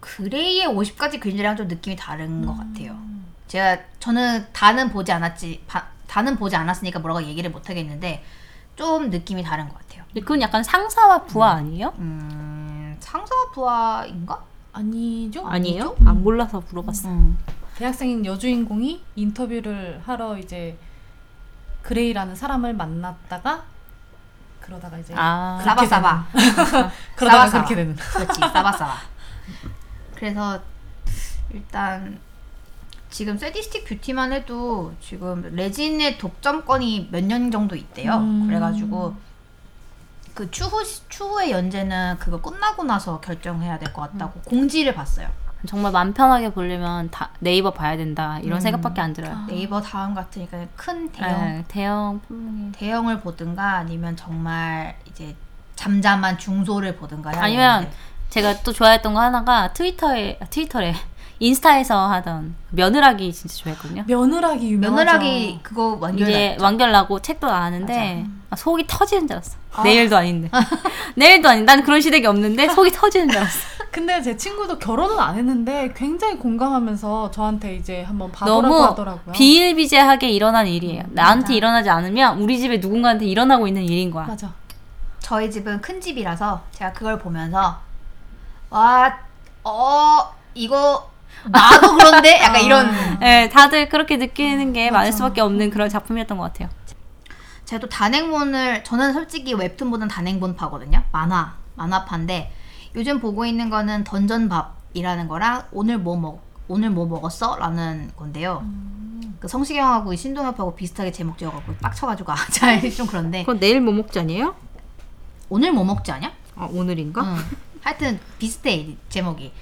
[SPEAKER 1] 그레이의 50가지 그림이랑 좀 느낌이 다른
[SPEAKER 3] 음.
[SPEAKER 1] 것 같아요. 제가 저는 다는 보지 않았지 바, 다는 보지 않았으니까 뭐라고 얘기를 못 하겠는데 좀 느낌이 다른 것 같아요.
[SPEAKER 3] 근데 그건 약간 상사와 부하 아니에요?
[SPEAKER 1] 음 상사 부하인가?
[SPEAKER 2] 어, 아니죠?
[SPEAKER 3] 아니에요? 아 몰라서 물어봤어.
[SPEAKER 1] 음.
[SPEAKER 2] 대학생인 여주인공이 인터뷰를 하러 이제 그레이라는 사람을 만났다가 그러다가 이제
[SPEAKER 3] 아
[SPEAKER 1] 사바 사바.
[SPEAKER 2] 그러다가
[SPEAKER 1] 싸워서.
[SPEAKER 2] 그렇게 되는
[SPEAKER 1] 그렇지 사바 사바. 그래서 일단 지금 세디스틱 뷰티만 해도 지금 레진의 독점권이 몇 년 정도 있대요.
[SPEAKER 2] 음.
[SPEAKER 1] 그래가지고 그 추후 시- 추후의 연재는 그거 끝나고 나서 결정해야 될 것 같다고
[SPEAKER 3] 음.
[SPEAKER 1] 공지를 봤어요.
[SPEAKER 3] 정말 마음 편하게 보려면 다 네이버 봐야 된다 이런 생각밖에 안 들어요.
[SPEAKER 1] 네이버 다음 같으니까 큰 아, 대형
[SPEAKER 3] 아. 네, 대형 음.
[SPEAKER 1] 대형을 보든가 아니면 정말 이제 잠잠한 중소를 보든가 해야
[SPEAKER 3] 아니면
[SPEAKER 1] 되는데.
[SPEAKER 3] 제가 또 좋아했던 거 하나가 트위터에 아, 트위터래 인스타에서 하던 며느라기 진짜 좋아했거든요.
[SPEAKER 2] 며느라기 유명하죠.
[SPEAKER 1] 며느라기 그거 완결
[SPEAKER 3] 이제 완결나고 책도 나왔는데 아, 속이 터지는 줄 알았어. 내일도 아닌데. 내일도 아닌. 난 그런 시댁이 없는데 속이 터지는 줄 알았어.
[SPEAKER 2] 근데 제 친구도 결혼은 안 했는데 굉장히 공감하면서 저한테 이제 한번 봐보라고
[SPEAKER 3] 너무
[SPEAKER 2] 하더라고요.
[SPEAKER 3] 비일비재하게 일어난 일이에요. 나한테
[SPEAKER 2] 맞아.
[SPEAKER 3] 일어나지 않으면 우리 집에 누군가한테 일어나고 있는 일인 거야.
[SPEAKER 2] 맞아.
[SPEAKER 1] 저희 집은 큰 집이라서 제가 그걸 보면서 와어 이거 나도 그런데 약간 이런
[SPEAKER 3] 예, 다들 그렇게 느끼는 게 많을 수밖에 없는 그런 작품이었던 것 같아요.
[SPEAKER 1] 제가 또 단행본을 저는 솔직히 웹툰보다는 단행본파거든요. 만화 만화파인데 요즘 보고 있는 거는 던전밥이라는 거랑 오늘 뭐 먹 오늘 뭐 먹었어라는 건데요.
[SPEAKER 4] 음.
[SPEAKER 1] 그 성시경하고 이 신동엽하고 비슷하게 제목 지어갖고 빡쳐가지고 아잘좀 그런데
[SPEAKER 4] 그건 내일 뭐 먹지 아니에요?
[SPEAKER 1] 오늘 뭐 먹지 않냐?
[SPEAKER 4] 아 오늘인가?
[SPEAKER 1] 응. 하여튼 비슷해 이 제목이.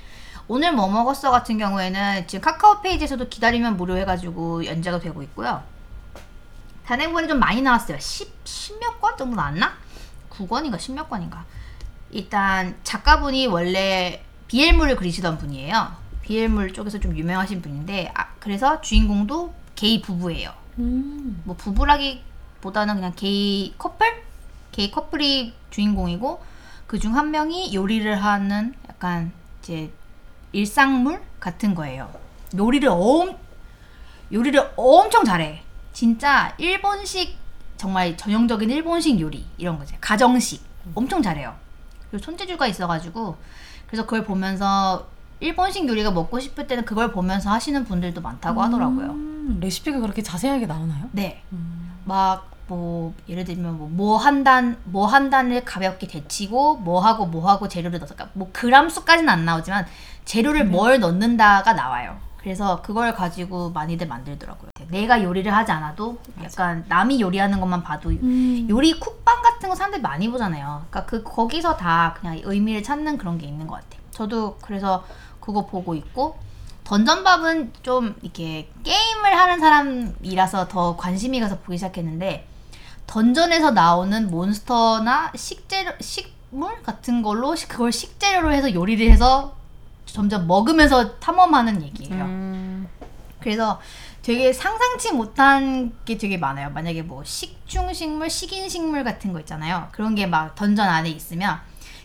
[SPEAKER 1] 오늘 뭐 먹었어 같은 경우에는 지금 카카오 페이지에서도 기다리면 무료 해가지고 연재가 되고 있고요. 단행본이 좀 많이 나왔어요. 10, 10몇 권 정도 나왔나? 9권인가 10몇 권인가. 일단 작가분이 원래 비엘물을 그리시던 분이에요. 비엘물 쪽에서 좀 유명하신 분인데 아, 그래서 주인공도 게이 부부예요.
[SPEAKER 2] 음.
[SPEAKER 1] 뭐 부부라기보다는 그냥 게이 커플? 게이 커플이 주인공이고 그 중 한 명이 요리를 하는 약간 이제 일상물 같은 거예요. 요리를 엄 요리를 엄청 잘해. 진짜 일본식 정말 전형적인 일본식 요리 이런 거지. 가정식 엄청 잘해요. 그리고 손재주가 있어가지고 그래서 그걸 보면서 일본식 요리가 먹고 싶을 때는 그걸 보면서 하시는 분들도 많다고 하더라고요.
[SPEAKER 2] 음, 레시피가 그렇게 자세하게 나오나요?
[SPEAKER 1] 네.
[SPEAKER 2] 음.
[SPEAKER 1] 막 뭐 예를 들면 뭐 뭐 한 단 뭐 한 단을 가볍게 데치고 뭐 하고 뭐 하고 재료를 넣었까 었뭐 그람 수까지는 안 나오지만 재료를 뭘 넣는다가 나와요. 그래서 그걸 가지고 많이들 만들더라고요. 내가 요리를 하지 않아도 약간 남이 요리하는 것만 봐도 요리 쿡방 같은 거 사람들 많이 보잖아요. 그러니까 그 거기서 다 그냥 의미를 찾는 그런 게 있는 것 같아요. 저도 그래서 그거 보고 있고 던전밥은 좀 이렇게 게임을 하는 사람이라서 더 관심이 가서 보기 시작했는데 던전에서 나오는 몬스터나 식재료 식물 같은 걸로 식- 그걸 식재료로 해서 요리를 해서 점점 먹으면서 탐험하는 얘기예요. 음. 그래서 되게 상상치 못한 게 되게 많아요. 만약에 뭐 식충식물, 식인식물 같은 거 있잖아요. 그런 게 막 던전 안에 있으면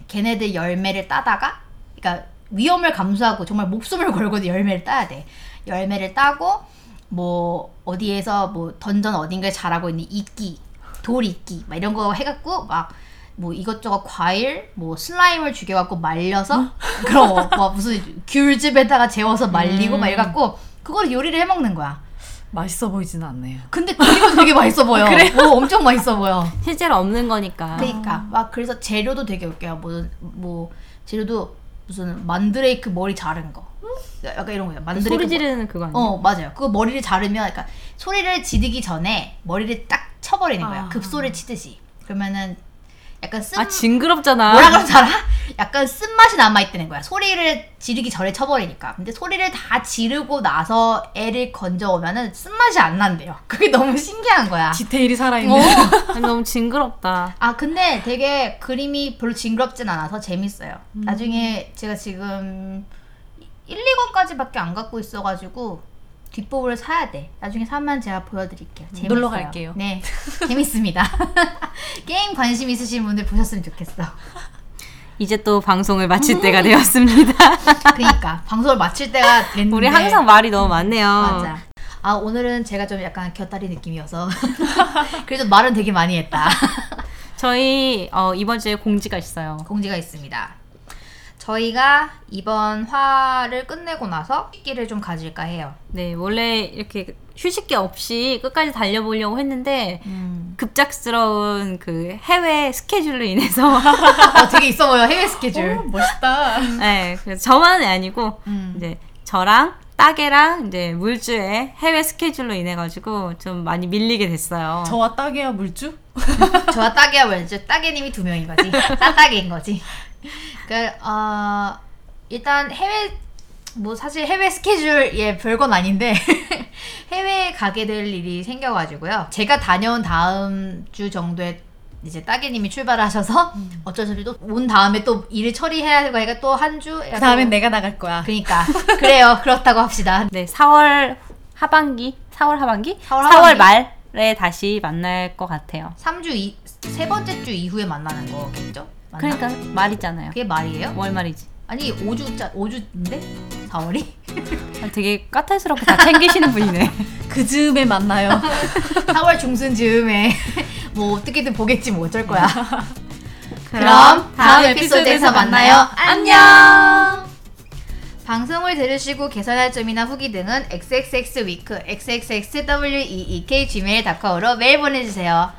[SPEAKER 1] 걔네들 열매를 따다가 그러니까 위험을 감수하고 정말 목숨을 걸고도 열매를 따야 돼. 열매를 따고 뭐 어디에서 뭐 던전 어딘가에 자라고 있는 이끼, 돌 이끼 막 이런 거 해갖고 막 뭐 이것저것 과일, 뭐 슬라임을 죽여갖고
[SPEAKER 3] 어?
[SPEAKER 1] 말려서 그럼 뭐 무슨 귤즙에다가 재워서 말리고
[SPEAKER 3] 음.
[SPEAKER 1] 막 이래갖고 그걸 요리를 해먹는 거야.
[SPEAKER 2] 맛있어 보이진 않네요.
[SPEAKER 1] 근데 그림은 되게 맛있어 보여. 뭐 엄청 맛있어 보여.
[SPEAKER 3] 실제로 없는 거니까.
[SPEAKER 1] 그러니까 막 그래서 재료도 되게 웃겨요. 무슨 뭐 재료도 무슨 만드레이크 머리 자른 거. 약간 이런 거예요. 만드레이크
[SPEAKER 3] 소리
[SPEAKER 1] 머-
[SPEAKER 3] 지르는 음? 그거 아니에요?
[SPEAKER 1] 뭐 어 맞아요. 그 머리를 자르면 그러니까 소리를 지르기 전에 머리를 딱 쳐버리는 거야.
[SPEAKER 2] 아.
[SPEAKER 1] 급소를 치듯이. 그러면은 약간 쓴
[SPEAKER 3] 아 징그럽잖아.
[SPEAKER 1] 뭐라 그러지 않아? 약간 쓴맛이 남아있다는 거야. 소리를 지르기 전에 쳐버리니까. 근데 소리를 다 지르고 나서 애를 건져오면은 쓴맛이 안 난대요. 그게 너무 신기한 거야.
[SPEAKER 2] 디테일이 살아있는.
[SPEAKER 3] 어, 너무 징그럽다.
[SPEAKER 1] 아 근데 되게 그림이 별로 징그럽진 않아서 재밌어요.
[SPEAKER 2] 음.
[SPEAKER 1] 나중에 제가 지금 1, 2권까지밖에 안 갖고 있어가지고 뒷부분을 사야 돼. 나중에 사면 제가 보여드릴게요. 재밌어요.
[SPEAKER 2] 놀러 갈게요.
[SPEAKER 1] 네, 재밌습니다. 게임 관심 있으신 분들 보셨으면 좋겠어.
[SPEAKER 3] 이제 또 방송을 마칠 때가 되었습니다.
[SPEAKER 1] 그러니까 방송을 마칠 때가 됐는데
[SPEAKER 3] 우리 항상 말이 너무
[SPEAKER 1] 네.
[SPEAKER 3] 많네요.
[SPEAKER 2] 어.
[SPEAKER 1] 맞아. 아 오늘은 제가 좀 약간 곁다리 느낌이어서 그래도 말은 되게 많이 했다.
[SPEAKER 3] 저희 어, 이번 주에 공지가 있어요.
[SPEAKER 1] 공지가 있습니다. 저희가 이번 화를 끝내고 나서 끼를 좀 가질까 해요.
[SPEAKER 3] 네, 원래 이렇게 휴식기 없이 끝까지 달려보려고 했는데
[SPEAKER 2] 음.
[SPEAKER 3] 급작스러운 그 해외 스케줄로 인해서
[SPEAKER 1] 어, 되게 있어 보여 해외 스케줄.
[SPEAKER 2] 멋있다.
[SPEAKER 3] 네, 그래서 저만이 아니고
[SPEAKER 1] 음.
[SPEAKER 3] 이제 저랑 따개랑 이제 물주의 해외 스케줄로 인해 가지고 좀 많이 밀리게 됐어요.
[SPEAKER 2] 저와 따개야 물주?
[SPEAKER 1] 저와 따개야 왠지 따개님이 두 명인 거지. 따따개인 거지. 그, 어, 일단 해외, 뭐 사실 해외 스케줄, 예, 별건 아닌데, 해외에 가게 될 일이 생겨가지고요. 제가 다녀온 다음 주 정도에 이제 따개님이 출발하셔서
[SPEAKER 2] 음.
[SPEAKER 1] 어쩔 수 없이 또 온 다음에 또 일을 처리해야 하고 하니까 또 한 주.
[SPEAKER 2] 그 다음엔 내가 나갈 거야.
[SPEAKER 1] 그러니까. 그래요. 그렇다고 합시다.
[SPEAKER 3] 네, 4월 하반기, 4월 하반기,
[SPEAKER 1] 4월
[SPEAKER 3] 4월
[SPEAKER 1] 하반기.
[SPEAKER 3] 말에 다시 만날 것 같아요.
[SPEAKER 1] 3주, 이, 세 번째 주 이후에 만나는 거겠죠? 맞나?
[SPEAKER 3] 그러니까 말이잖아요.
[SPEAKER 1] 그게 말이에요?
[SPEAKER 3] 월 말이지.
[SPEAKER 1] 아니 5주짜 5주인데 4월이?
[SPEAKER 3] 아, 되게 까탈스럽게 다 챙기시는 분이네.
[SPEAKER 2] 그 즈음에 만나요.
[SPEAKER 1] 4월 중순 즈음에 뭐 어떻게든 보겠지 뭐 어쩔 거야.
[SPEAKER 3] 그럼 다음 에피소드에서 만나요.
[SPEAKER 1] 안녕. 방송을 들으시고 개선할 점이나 후기 등은 xxxweek xxxweek@gmail.com으로 메일 보내주세요.